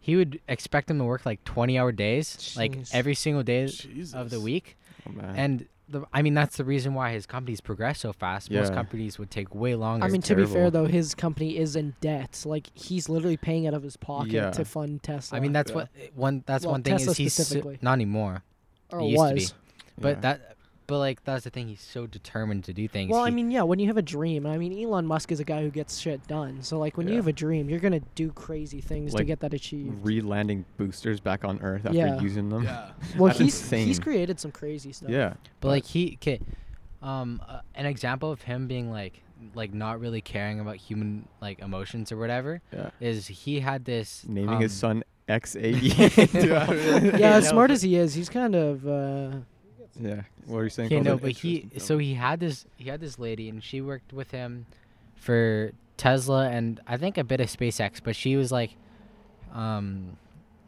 Speaker 4: he would expect them to work like 20 hour days like
Speaker 3: Jeez.
Speaker 4: every single day of
Speaker 2: Jesus.
Speaker 4: the week
Speaker 1: Oh, man.
Speaker 4: and the, I mean that's the reason why his companies progress so fast most
Speaker 1: Yeah.
Speaker 4: companies would take way longer
Speaker 3: I mean, to be fair
Speaker 1: terrible.
Speaker 3: though, his company is in debt. Like he's literally paying out of his pocket
Speaker 1: Yeah.
Speaker 3: to fund Tesla.
Speaker 4: I mean that's
Speaker 2: Yeah.
Speaker 4: what one that's
Speaker 3: Well,
Speaker 4: one thing
Speaker 3: Tesla
Speaker 4: is he's s-
Speaker 3: specifically.
Speaker 4: not anymore
Speaker 3: or
Speaker 4: he used to be.
Speaker 3: was.
Speaker 4: But
Speaker 1: Yeah.
Speaker 4: that, but like that's the thing. He's so determined to do things.
Speaker 3: Well, I
Speaker 4: He-
Speaker 3: mean, yeah, when you have a dream, I mean, Elon Musk is a guy who gets shit done. So, like, when you
Speaker 1: Yeah.
Speaker 3: have a dream, you're gonna do crazy things to
Speaker 1: Like,
Speaker 3: get that achieved.
Speaker 1: re-landing boosters back on Earth after
Speaker 3: Yeah.
Speaker 1: using *laughs* them.
Speaker 2: Yeah.
Speaker 3: well,
Speaker 1: that's
Speaker 3: he's he's
Speaker 1: insane.
Speaker 3: created some crazy stuff.
Speaker 1: Yeah.
Speaker 4: But like he, okay, um, uh, an example of him being like, like not really caring about human like emotions or whatever
Speaker 1: Yeah.
Speaker 4: is he had this
Speaker 1: Naming his
Speaker 4: um,
Speaker 1: son E. *laughs* XAB.
Speaker 2: Yeah, really.
Speaker 1: *laughs*
Speaker 3: yeah, as
Speaker 1: No,
Speaker 3: smart
Speaker 1: but-
Speaker 3: as he is, he's kind of uh,
Speaker 1: yeah. What are you saying?
Speaker 4: Okay,
Speaker 1: Colin?
Speaker 4: no,
Speaker 2: an
Speaker 4: but he
Speaker 2: interesting
Speaker 4: so he had this he had this lady and she worked with him for Tesla and I think a bit of SpaceX, but she was like um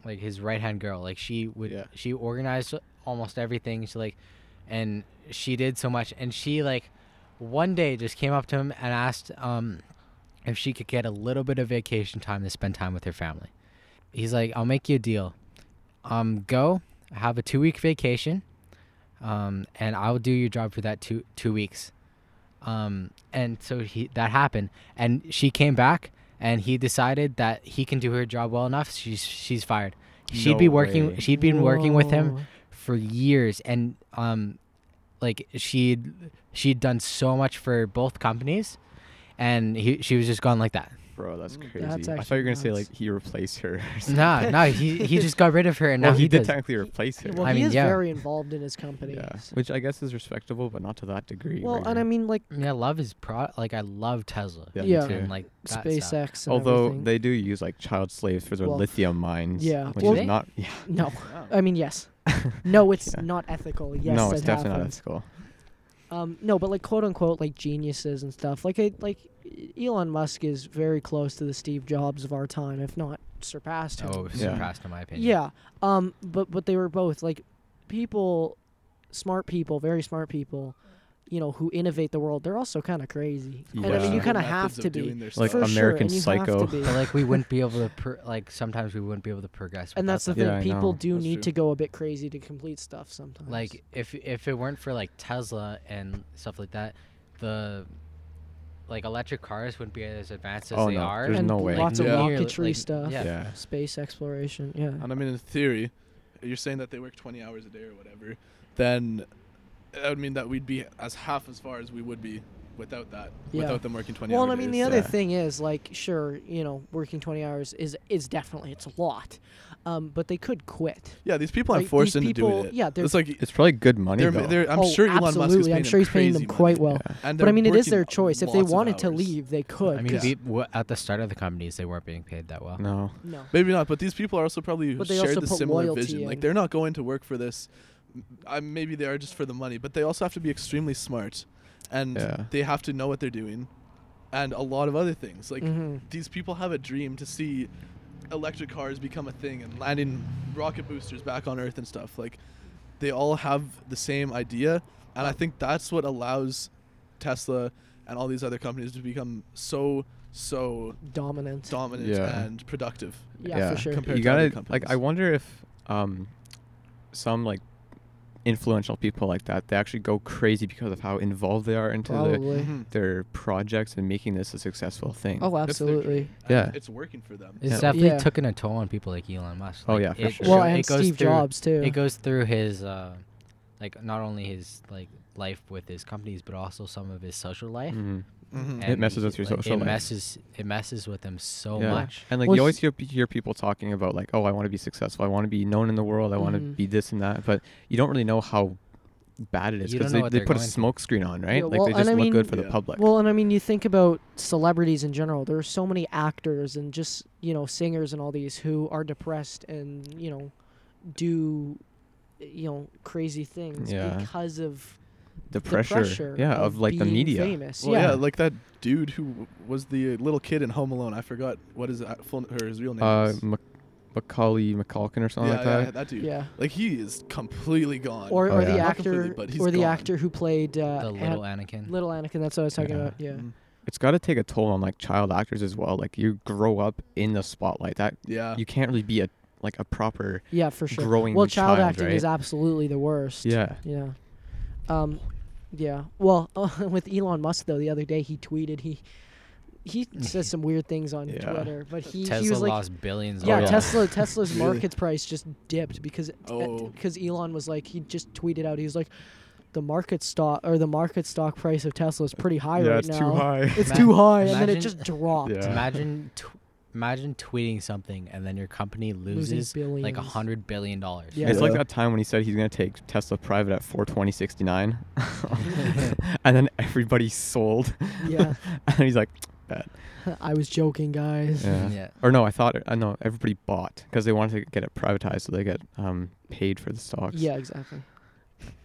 Speaker 4: like his right hand girl. Like she would
Speaker 1: Yeah.
Speaker 4: she organized almost everything. She like and she did so much and she like one day just came up to him and asked um if she could get a little bit of vacation time to spend time with her family. He's like, I'll make you a deal. Um go have a two week vacation um, and I'll do your job for that two two weeks. Um, and so he that happened, and she came back, and he decided that he can do her job well enough. She's she's fired. She'd be
Speaker 1: No
Speaker 4: working.
Speaker 1: way.
Speaker 4: She'd been working with him
Speaker 3: Whoa.
Speaker 4: for years, and um, like she'd she'd done so much for both companies, and he, she was just gone
Speaker 1: *laughs*
Speaker 4: like that.
Speaker 1: Bro, that's
Speaker 2: Mm,
Speaker 1: crazy.
Speaker 3: that's
Speaker 1: I thought you were gonna say
Speaker 3: actually
Speaker 1: like he replaced her. Or something.
Speaker 4: No, no, he he just got rid of her, and
Speaker 1: well,
Speaker 4: now
Speaker 1: he,
Speaker 4: he,
Speaker 1: did
Speaker 4: does.
Speaker 1: technically replace her.
Speaker 3: Well,
Speaker 4: I
Speaker 3: he
Speaker 4: mean,
Speaker 3: is
Speaker 4: yeah.
Speaker 3: very involved in his company.
Speaker 1: yeah.
Speaker 3: so-
Speaker 1: Which I guess is respectable, but not to that degree.
Speaker 3: Well,
Speaker 1: where
Speaker 3: and I
Speaker 1: you're-
Speaker 3: mean, like
Speaker 4: Yeah, I love his pro. Like I love Tesla.
Speaker 1: Yeah,
Speaker 3: me Yeah. too.
Speaker 4: and like that stuff.
Speaker 3: SpaceX. And
Speaker 1: although
Speaker 3: everything.
Speaker 1: they do use like child slaves for their
Speaker 3: Well,
Speaker 1: lithium mines.
Speaker 3: yeah.
Speaker 1: Which
Speaker 3: Well,
Speaker 1: is
Speaker 4: they-
Speaker 1: not. *laughs* Yeah.
Speaker 3: no, I mean yes, no, it's
Speaker 1: Yeah.
Speaker 3: not ethical. Yes,
Speaker 1: no, it's
Speaker 3: it
Speaker 1: definitely not
Speaker 3: happens.
Speaker 1: ethical.
Speaker 3: Um, no, but like quote unquote like geniuses and stuff. Like I, like E-, Elon Musk is very close to the Steve Jobs of our time, if not surpassed him.
Speaker 4: Oh, it was
Speaker 1: Yeah.
Speaker 4: surpassed in my opinion.
Speaker 3: yeah. Um, but but they were both like people, smart people, very smart people, you know, who innovate the world. They're also kind of crazy. And I mean,
Speaker 1: Yeah.
Speaker 3: you kind of
Speaker 2: Methods
Speaker 3: have to be.
Speaker 2: doing their
Speaker 1: Like,
Speaker 3: for
Speaker 2: stuff.
Speaker 3: sure,
Speaker 1: American
Speaker 3: and you have to
Speaker 1: Psycho.
Speaker 3: be.
Speaker 4: But like we wouldn't be able to pro- like sometimes we wouldn't be able to progress.
Speaker 3: and
Speaker 4: without
Speaker 3: that's the
Speaker 4: them.
Speaker 3: thing.
Speaker 1: Yeah, I
Speaker 3: People
Speaker 1: know.
Speaker 3: do
Speaker 2: That's
Speaker 3: need
Speaker 2: true.
Speaker 3: to go a bit crazy to complete stuff sometimes.
Speaker 4: Like if if it weren't for like Tesla and stuff like that, the like electric cars wouldn't be as advanced as
Speaker 1: Oh,
Speaker 4: they
Speaker 1: no,
Speaker 4: are.
Speaker 1: there's
Speaker 3: and
Speaker 1: no way.
Speaker 3: lots of
Speaker 2: Yeah.
Speaker 4: Nearly,
Speaker 3: rocketry
Speaker 4: like,
Speaker 3: stuff,
Speaker 4: Yeah.
Speaker 1: yeah.
Speaker 3: space exploration. Yeah.
Speaker 2: And I mean, in theory, you're saying that they work 20 hours a day or whatever, then I would mean that we'd be as half as far as we would be without that,
Speaker 3: Yeah.
Speaker 2: without them working 20
Speaker 3: Well,
Speaker 2: hours
Speaker 3: and I
Speaker 2: a
Speaker 3: mean,
Speaker 2: day.
Speaker 3: the
Speaker 1: is,
Speaker 3: other
Speaker 1: uh,
Speaker 3: thing is, like, sure, you know, working 20 hours is is definitely it's a lot, um, but they could quit.
Speaker 2: yeah, these people
Speaker 3: like,
Speaker 2: are
Speaker 3: these
Speaker 2: forced into
Speaker 3: people-
Speaker 2: doing it.
Speaker 3: yeah, they're-
Speaker 2: it's like
Speaker 1: It's probably good money
Speaker 2: they're,
Speaker 1: though.
Speaker 2: they're, I'm
Speaker 3: Oh,
Speaker 2: sure Elon
Speaker 3: absolutely.
Speaker 2: Musk is paying
Speaker 3: I'm sure he's paying them
Speaker 2: crazy
Speaker 3: quite
Speaker 2: money.
Speaker 3: well.
Speaker 1: Yeah.
Speaker 2: And
Speaker 3: But I
Speaker 2: they're
Speaker 3: mean, it is
Speaker 2: working
Speaker 3: their choice. If they
Speaker 2: lots of
Speaker 3: wanted to
Speaker 2: hours.
Speaker 3: leave, they could.
Speaker 4: I mean,
Speaker 2: Yeah.
Speaker 4: be, w- at the start of the companies, they weren't being paid that well.
Speaker 1: no.
Speaker 3: no.
Speaker 2: Maybe not, but these people are also probably
Speaker 3: But they
Speaker 2: shared
Speaker 3: also
Speaker 2: the
Speaker 3: put
Speaker 2: similar
Speaker 3: loyalty
Speaker 2: vision. Like
Speaker 3: in.
Speaker 2: they're not going to work for this. I, maybe they are just for the money, but they also have to be extremely smart, and
Speaker 1: Yeah.
Speaker 2: they have to know what they're doing, and a lot of other things. Like
Speaker 3: Mhm.
Speaker 2: these people have a dream to see electric cars become a thing and landing rocket boosters back on Earth and stuff. Like they all have the same idea, and I think that's what allows Tesla and all these other companies to become so so
Speaker 3: Dominant.
Speaker 2: dominant
Speaker 1: Yeah.
Speaker 2: and productive.
Speaker 3: yeah, for sure.
Speaker 2: Compared
Speaker 1: you
Speaker 2: to other
Speaker 1: gotta like.
Speaker 2: companies.
Speaker 1: I wonder if um, some like influential people like that they actually go crazy because of how involved they are into the,
Speaker 3: Probably.
Speaker 2: Mhm.
Speaker 1: their projects and making this a successful thing.
Speaker 3: Oh,
Speaker 2: That's their
Speaker 3: absolutely.
Speaker 2: dream, and
Speaker 1: Yeah.
Speaker 2: It's working for them.
Speaker 4: It's
Speaker 1: Yeah.
Speaker 4: definitely
Speaker 3: Yeah.
Speaker 4: taken a toll on people like Elon Musk.
Speaker 1: Oh,
Speaker 4: Like,
Speaker 1: yeah, for
Speaker 4: it
Speaker 1: sure.
Speaker 4: go-
Speaker 3: Well,
Speaker 4: it
Speaker 3: and
Speaker 4: goes
Speaker 3: Steve
Speaker 4: through-
Speaker 3: Jobs too.
Speaker 4: It goes through his, uh, like not only his like life with his companies, but also some of his social life.
Speaker 3: Mm.
Speaker 1: Mhm.
Speaker 2: Mhm.
Speaker 1: And- messes with
Speaker 4: he-
Speaker 1: your
Speaker 4: like,
Speaker 1: social
Speaker 4: it
Speaker 1: life.
Speaker 4: messes it messes with them so
Speaker 1: Yeah.
Speaker 4: much
Speaker 1: And like
Speaker 3: Well,
Speaker 1: you always hear, hear people talking about like, oh, I want to be successful, I want to be known in the world, I want to
Speaker 3: Mhm.
Speaker 1: be this and that, but you don't really know how bad it is
Speaker 4: You
Speaker 1: because
Speaker 4: don't know
Speaker 1: they,
Speaker 4: what
Speaker 1: they
Speaker 4: they're
Speaker 1: put a
Speaker 4: going through.
Speaker 1: smoke screen on, right?
Speaker 3: Yeah,
Speaker 1: like
Speaker 3: well,
Speaker 1: they
Speaker 3: and
Speaker 1: just
Speaker 3: I
Speaker 1: look
Speaker 3: mean-
Speaker 1: good for the
Speaker 2: Yeah.
Speaker 1: public.
Speaker 3: Well, and I mean, you think about celebrities in general. There are so many actors and just you know singers and all these who are depressed and you know do you know crazy things
Speaker 1: Yeah.
Speaker 3: because of
Speaker 1: the,
Speaker 3: the
Speaker 1: pressure, yeah, of, like the
Speaker 3: being
Speaker 1: media.
Speaker 3: famous.
Speaker 2: Well,
Speaker 3: yeah.
Speaker 2: yeah. like that dude who w- was the uh, little kid in Home Alone. I forgot what his a- full or his real name
Speaker 1: Uh,
Speaker 2: is.
Speaker 1: Mac- Macaulay McCalkin or
Speaker 2: Yeah,
Speaker 1: something like
Speaker 2: yeah,
Speaker 1: that.
Speaker 2: that dude.
Speaker 3: yeah.
Speaker 2: Like he is completely gone.
Speaker 3: Or,
Speaker 1: Oh,
Speaker 3: or
Speaker 1: yeah.
Speaker 3: the
Speaker 2: Not completely,
Speaker 3: actor,
Speaker 2: but he's
Speaker 3: or the
Speaker 2: gone.
Speaker 3: actor who played uh,
Speaker 4: the
Speaker 3: An-
Speaker 4: little anakin
Speaker 3: Little Anakin. That's what I was talking
Speaker 1: Yeah.
Speaker 3: about. Yeah.
Speaker 2: Mm.
Speaker 1: It's got to take a toll on like child actors as well. Like you grow up in the spotlight, that
Speaker 2: yeah.
Speaker 1: you can't really be a like a proper
Speaker 3: Yeah, for sure.
Speaker 1: growing
Speaker 3: well, child, acting
Speaker 1: right?
Speaker 3: is absolutely the worst.
Speaker 1: yeah.
Speaker 3: Yeah. *laughs* Um, yeah. Well, with Elon Musk though, the other day he tweeted he he
Speaker 1: *laughs*
Speaker 3: says some weird things on
Speaker 1: Yeah.
Speaker 3: Twitter, but he he
Speaker 4: Tesla
Speaker 3: was like,
Speaker 4: lost billions.
Speaker 3: yeah,
Speaker 1: Oh, yeah.
Speaker 3: Tesla
Speaker 2: *laughs*
Speaker 3: Tesla's
Speaker 2: Really?
Speaker 3: market price just dipped because uh,
Speaker 2: Oh.
Speaker 3: because Elon was like he just tweeted out he was like the market stock or the market stock price of Tesla is pretty high
Speaker 1: yeah,
Speaker 3: right
Speaker 1: it's
Speaker 3: now.
Speaker 1: too high.
Speaker 3: It's
Speaker 4: Ma-
Speaker 3: too high, and then it
Speaker 4: imagine-
Speaker 3: just dropped.
Speaker 1: Yeah.
Speaker 4: Imagine, tw- imagine tweeting something and then your company
Speaker 3: Losing
Speaker 4: loses
Speaker 3: billions.
Speaker 4: like a hundred billion dollars.
Speaker 3: Yeah.
Speaker 1: It's like
Speaker 2: Yeah.
Speaker 1: that time when he said he's gonna take Tesla private at
Speaker 3: *laughs*
Speaker 1: 420.69, *laughs* and then everybody sold, *laughs*
Speaker 4: *laughs*
Speaker 3: Yeah, *laughs*
Speaker 1: and he's like,
Speaker 3: I was joking, guys.
Speaker 1: yeah.
Speaker 4: Yeah.
Speaker 1: or no, I thought, I know everybody bought because they wanted to get it privatized, so they get um paid for the stocks.
Speaker 3: Yeah,
Speaker 1: *laughs*
Speaker 3: exactly.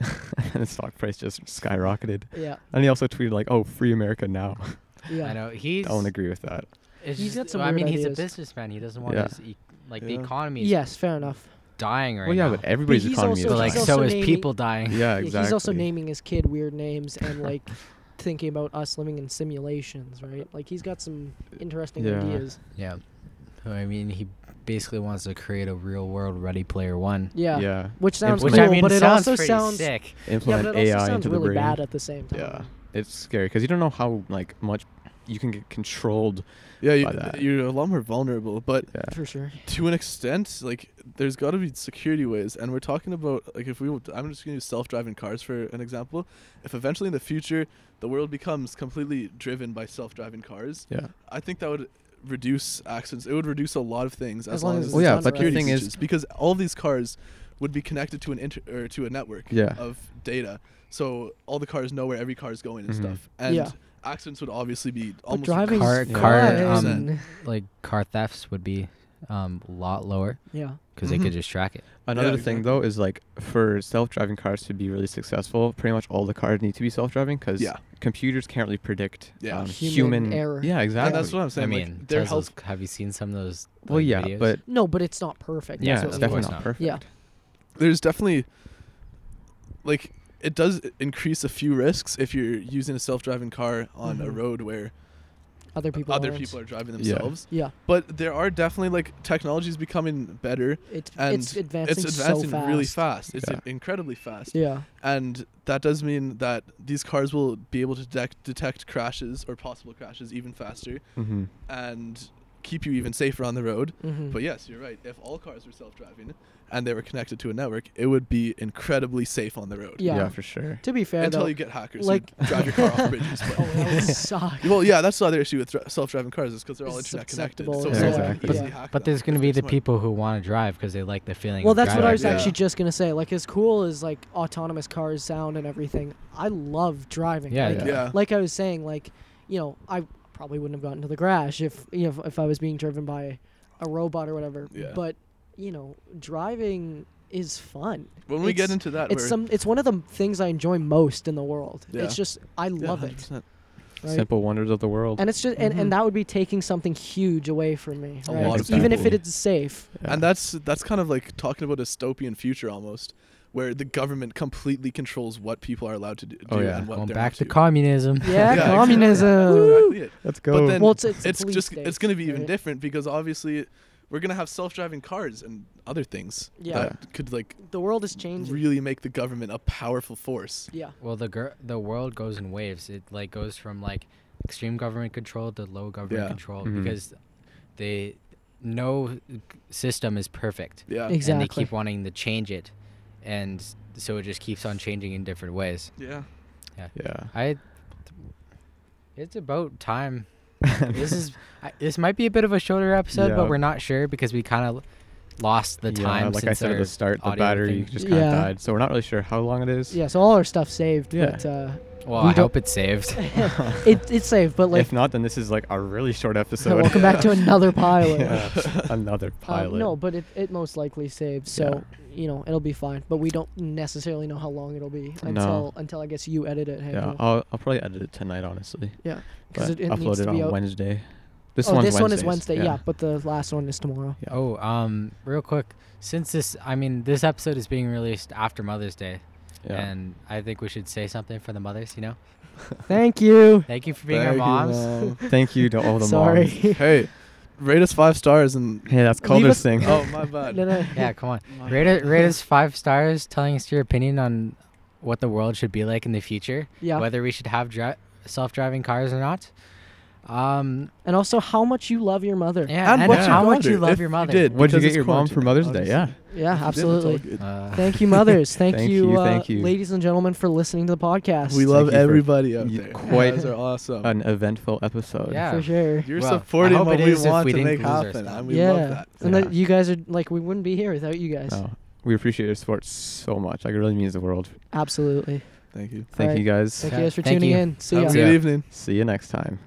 Speaker 1: and the stock price just skyrocketed.
Speaker 3: Yeah,
Speaker 1: And he also tweeted like, "Oh, free America now." *laughs*
Speaker 3: yeah.
Speaker 4: I know he's.
Speaker 1: I don't agree with that.
Speaker 4: it's
Speaker 3: He's
Speaker 4: just-
Speaker 3: got some
Speaker 4: I mean,
Speaker 3: weird
Speaker 4: he's a
Speaker 3: ideas.
Speaker 4: businessman. He doesn't want
Speaker 1: Yeah.
Speaker 4: his e- like the
Speaker 2: Yeah.
Speaker 4: economy is
Speaker 3: Yes, fair enough.
Speaker 4: dying right
Speaker 1: well, yeah,
Speaker 4: now.
Speaker 1: but everybody's
Speaker 3: he's
Speaker 1: economy
Speaker 3: also-
Speaker 4: But
Speaker 1: is
Speaker 4: like
Speaker 1: dying.
Speaker 3: he's
Speaker 4: so
Speaker 3: also
Speaker 4: is
Speaker 3: naming-
Speaker 4: people dying.
Speaker 1: yeah,
Speaker 3: Yeah,
Speaker 1: exactly.
Speaker 3: He's also naming his kid weird names
Speaker 1: *laughs*
Speaker 3: and like thinking about us living in simulations, right? Like he's got some interesting
Speaker 1: Yeah.
Speaker 3: ideas.
Speaker 4: Yeah. So, I mean, he basically wants to create a real world Ready Player One.
Speaker 1: *laughs*
Speaker 3: Yeah.
Speaker 1: yeah,
Speaker 3: Which sounds
Speaker 1: Which
Speaker 3: cool,
Speaker 1: I
Speaker 3: but it
Speaker 4: sounds
Speaker 3: also
Speaker 4: pretty
Speaker 3: sounds
Speaker 4: sick.
Speaker 3: yeah,
Speaker 1: implement
Speaker 3: but it also
Speaker 1: AI
Speaker 3: sounds
Speaker 1: into
Speaker 3: really
Speaker 1: the brain.
Speaker 3: bad at the same time.
Speaker 1: Yeah. it's scary because you don't know how like much you can get controlled.
Speaker 2: Yeah, you,
Speaker 1: by that.
Speaker 2: you're a lot more vulnerable, but
Speaker 1: Yeah,
Speaker 3: for sure.
Speaker 2: to an extent, like there's got to be security ways, and we're talking about like if we, w- I'm just gonna use self-driving cars for an example. If eventually in the future the world becomes completely driven by self-driving cars,
Speaker 1: yeah.
Speaker 2: I think that would reduce accidents. It would reduce a lot of things as, long, as,
Speaker 3: it's
Speaker 1: Well, yeah,
Speaker 3: on
Speaker 2: there's
Speaker 3: the
Speaker 1: but the
Speaker 3: road.
Speaker 2: security
Speaker 1: thing is-
Speaker 2: features, because all these cars would be connected to an inter or to a network
Speaker 1: Yeah.
Speaker 2: of data, so all the cars know where every car is going and
Speaker 1: Mhm.
Speaker 2: stuff, and
Speaker 3: Yeah.
Speaker 2: accidents would obviously be
Speaker 3: But
Speaker 2: almost
Speaker 3: driving
Speaker 4: car-
Speaker 3: is
Speaker 4: car, um,
Speaker 3: fun.
Speaker 4: Like car thefts would be um, a lot lower
Speaker 3: yeah.
Speaker 4: because
Speaker 2: Mhm.
Speaker 1: Mm-hmm.
Speaker 4: they could just track it.
Speaker 1: Another
Speaker 2: Yeah,
Speaker 1: thing though is like for self-driving cars to be really successful, pretty much all the cars need to be self-driving
Speaker 3: Mm.
Speaker 1: because
Speaker 2: Yeah.
Speaker 1: computers can't really predict
Speaker 2: Yeah.
Speaker 1: um,
Speaker 3: Human
Speaker 1: human,
Speaker 3: error.
Speaker 1: Yeah, exactly.
Speaker 2: And that's what I'm
Speaker 4: I
Speaker 2: saying. like,
Speaker 4: mean,
Speaker 2: their
Speaker 4: Tesla's,
Speaker 2: health
Speaker 4: have you seen some of those?
Speaker 1: well,
Speaker 4: like,
Speaker 1: yeah,
Speaker 4: videos?
Speaker 1: but
Speaker 3: No, but it's not perfect.
Speaker 1: yeah,
Speaker 3: That's what
Speaker 1: it's
Speaker 3: we
Speaker 1: definitely
Speaker 3: mean.
Speaker 1: not,
Speaker 4: not.
Speaker 1: perfect.
Speaker 3: Yeah.
Speaker 2: there's definitely like it does increase a few risks if you're using a self-driving car on a
Speaker 3: Mhm.
Speaker 2: road where
Speaker 3: Other people.
Speaker 2: other
Speaker 3: aren't.
Speaker 2: people are driving
Speaker 1: Yeah.
Speaker 2: themselves.
Speaker 3: Yeah.
Speaker 2: But there are definitely like technology's becoming better.
Speaker 3: It's
Speaker 2: And
Speaker 3: it's advancing,
Speaker 2: it's advancing
Speaker 3: so fast.
Speaker 2: really fast. It's
Speaker 1: Yeah.
Speaker 2: incredibly fast.
Speaker 3: Yeah.
Speaker 2: And that does mean that these cars will be able to detect, detect crashes or possible crashes even faster
Speaker 1: Mm-hmm.
Speaker 2: and keep you even safer on the road.
Speaker 3: Mm-hmm.
Speaker 2: But yes, you're right. If all cars were self-driving and they were connected to a network, it would be incredibly safe on the road.
Speaker 1: yeah,
Speaker 3: Yeah.
Speaker 1: for sure.
Speaker 3: to be fair,
Speaker 2: until
Speaker 3: though,
Speaker 2: you get hackers
Speaker 3: like-
Speaker 2: who drive your car off bridges. But
Speaker 3: *laughs* oh,
Speaker 2: *laughs*
Speaker 3: that would suck.
Speaker 2: well, yeah, that's the other issue with dri- self-driving cars is because they're all
Speaker 3: It's
Speaker 2: internet connected. So
Speaker 3: susceptible
Speaker 1: to-
Speaker 2: someone
Speaker 1: Yeah,
Speaker 2: can
Speaker 1: exactly.
Speaker 2: easily
Speaker 3: Yeah.
Speaker 2: hack
Speaker 4: But
Speaker 2: them
Speaker 4: there's going to
Speaker 2: if
Speaker 4: be
Speaker 2: they're
Speaker 4: the
Speaker 2: smart.
Speaker 4: people who want to drive because they like the feeling.
Speaker 3: Well,
Speaker 4: of
Speaker 3: that's what I was
Speaker 4: driving.
Speaker 2: Yeah.
Speaker 3: actually just gonna say. Like, as cool as like autonomous cars sound and everything, I love driving.
Speaker 4: Yeah,
Speaker 3: like,
Speaker 1: yeah.
Speaker 2: Yeah.
Speaker 3: like I was saying, like you know, I probably wouldn't have gotten to the crash if you know if, if I was being driven by a robot or whatever.
Speaker 2: Yeah.
Speaker 3: But you know, driving is fun.
Speaker 2: When we get
Speaker 3: it's-
Speaker 2: into that,
Speaker 3: It's
Speaker 2: we're-
Speaker 3: some. It's one of the things I enjoy most in the world.
Speaker 2: Yeah.
Speaker 3: It's just I
Speaker 2: Yeah, *laughs*
Speaker 3: love it.
Speaker 2: 100%.
Speaker 3: Right?
Speaker 1: Simple wonders of the world.
Speaker 3: And it's just and,
Speaker 2: Mhm.
Speaker 3: and that would be taking something huge away from me.
Speaker 2: A
Speaker 3: right?
Speaker 2: lot
Speaker 1: of
Speaker 3: Even if it
Speaker 1: people.
Speaker 2: *laughs*
Speaker 3: is safe.
Speaker 1: Yeah.
Speaker 2: And that's that's kind of like talking about a dystopian future almost, where the government completely controls what people are allowed to do
Speaker 1: Oh, yeah.
Speaker 2: and what
Speaker 4: Going
Speaker 2: they're
Speaker 4: back
Speaker 2: up
Speaker 4: to communism.
Speaker 3: Yeah,
Speaker 2: exactly.
Speaker 3: communism.
Speaker 2: That's exactly it.
Speaker 1: let's go.
Speaker 2: But then
Speaker 3: Well, it's it's, a
Speaker 2: it's
Speaker 3: police
Speaker 2: just
Speaker 3: state,
Speaker 2: it's going to be even
Speaker 3: right?
Speaker 2: different because obviously we're going to have self-driving cars and other things
Speaker 3: Yeah.
Speaker 2: that could like
Speaker 3: The world is changing.
Speaker 2: really make the government a powerful force.
Speaker 3: yeah.
Speaker 4: Well, the gir- the world goes in waves. It like goes from like extreme government control to low government
Speaker 2: Yeah.
Speaker 4: control
Speaker 1: Mhm.
Speaker 4: because they no system is perfect,
Speaker 2: Yeah.
Speaker 3: Exactly.
Speaker 4: and they keep wanting to change it, and so it just keeps on changing in different ways.
Speaker 2: Yeah.
Speaker 3: *laughs*
Speaker 1: yeah.
Speaker 4: I. It's about
Speaker 1: *laughs*
Speaker 4: time. this is I, this might be a bit of a shorter episode,
Speaker 1: Yeah.
Speaker 4: but we're not sure because we kind of lost the
Speaker 1: Yeah,
Speaker 4: time.
Speaker 1: like
Speaker 4: since
Speaker 1: I said at
Speaker 4: our
Speaker 1: the start, the
Speaker 4: audio
Speaker 1: battery
Speaker 4: thing.
Speaker 1: just kind of
Speaker 3: Yeah.
Speaker 1: died, so we're not really sure how long it is.
Speaker 3: Yeah, so all our stuff's saved,
Speaker 1: Yeah.
Speaker 3: but uh,
Speaker 4: Well,
Speaker 3: we
Speaker 4: I
Speaker 3: don't-
Speaker 4: hope it's saved.
Speaker 3: *laughs* it, it's saved. But like,
Speaker 1: if not, then this is like a really short episode.
Speaker 3: *laughs* welcome back to another
Speaker 1: *laughs*
Speaker 3: pilot.
Speaker 1: Yeah, *laughs* Another
Speaker 3: Um,
Speaker 1: pilot.
Speaker 3: no, but it, it most likely saved, so you know it'll be fine. But we don't necessarily know how long it'll be
Speaker 1: No.
Speaker 3: until until I guess you edit it.
Speaker 1: yeah, Oh, I'll, I'll probably edit it tonight, honestly.
Speaker 3: because
Speaker 1: but
Speaker 3: it, it
Speaker 1: upload
Speaker 3: needs
Speaker 1: it
Speaker 3: to
Speaker 1: on
Speaker 3: be out.
Speaker 1: Wednesday. This
Speaker 3: oh,
Speaker 1: one's
Speaker 3: this one is Wednesday.
Speaker 1: Wednesdays,
Speaker 3: Yeah. but the last one is tomorrow.
Speaker 1: Yeah.
Speaker 4: Oh, um, real quick, since this, I mean, this episode is being released after Mother's Day,
Speaker 1: yeah.
Speaker 4: and I think we should say something for the mothers. You know,
Speaker 3: Thank you.
Speaker 4: thank you for being
Speaker 2: Thank you,
Speaker 4: our moms.
Speaker 3: *laughs*
Speaker 2: Mom.
Speaker 1: Thank you to all the
Speaker 3: Sorry.
Speaker 1: moms.
Speaker 2: *laughs* hey, rate us five stars and
Speaker 1: Hey, that's
Speaker 3: Leave
Speaker 1: Calder's
Speaker 3: us-
Speaker 1: thing.
Speaker 2: *laughs* oh my bad.
Speaker 3: No, no.
Speaker 4: *laughs* yeah, come on, rate it, rate us five stars, telling us your opinion on what the world should be like in the future,
Speaker 3: *laughs* Yeah.
Speaker 4: whether we should have dri- self-driving cars or not. Um,
Speaker 3: And also how much you love your mother. Yeah,
Speaker 4: yeah, and,
Speaker 2: what you
Speaker 4: how much
Speaker 2: got
Speaker 4: you
Speaker 2: her,
Speaker 4: love
Speaker 2: if
Speaker 4: your
Speaker 2: you
Speaker 4: mother.
Speaker 2: did.
Speaker 1: What'd you
Speaker 2: Because
Speaker 1: get
Speaker 2: it's
Speaker 1: your mom
Speaker 2: quarantine,
Speaker 1: for Mother's Day?
Speaker 2: obviously.
Speaker 1: Yeah.
Speaker 2: If you did, it's all
Speaker 3: absolutely.
Speaker 2: good.
Speaker 4: Uh,
Speaker 3: Thank you, mothers. Thank,
Speaker 1: Thank
Speaker 3: you,
Speaker 1: you,
Speaker 3: uh,
Speaker 1: thank you.
Speaker 3: ladies and gentlemen, for listening to the podcast.
Speaker 2: We love
Speaker 1: you for
Speaker 2: everybody out
Speaker 1: y-
Speaker 2: there.
Speaker 1: quite
Speaker 2: you guys are awesome.
Speaker 1: An eventful episode.
Speaker 4: Yeah.
Speaker 3: for sure.
Speaker 2: You're
Speaker 4: Well,
Speaker 2: supporting
Speaker 4: I hope
Speaker 2: what
Speaker 4: it
Speaker 2: we
Speaker 4: is if
Speaker 2: want
Speaker 4: we
Speaker 2: to
Speaker 4: didn't
Speaker 2: make
Speaker 4: lose our
Speaker 2: happen,
Speaker 4: stuff.
Speaker 2: and we
Speaker 3: yeah,
Speaker 2: love that.
Speaker 3: and
Speaker 1: Yeah.
Speaker 3: that you guys are like we wouldn't be here without you guys.
Speaker 1: Oh, we appreciate your support so much. Like it really means the world.
Speaker 3: Absolutely.
Speaker 2: Thank you.
Speaker 1: Thank
Speaker 3: Alright.
Speaker 1: you guys.
Speaker 3: Thank
Speaker 4: Yeah,
Speaker 3: you guys for
Speaker 4: thank
Speaker 3: tuning
Speaker 4: you.
Speaker 3: in. See
Speaker 2: Have
Speaker 3: ya.
Speaker 2: a good evening.
Speaker 1: See you next time.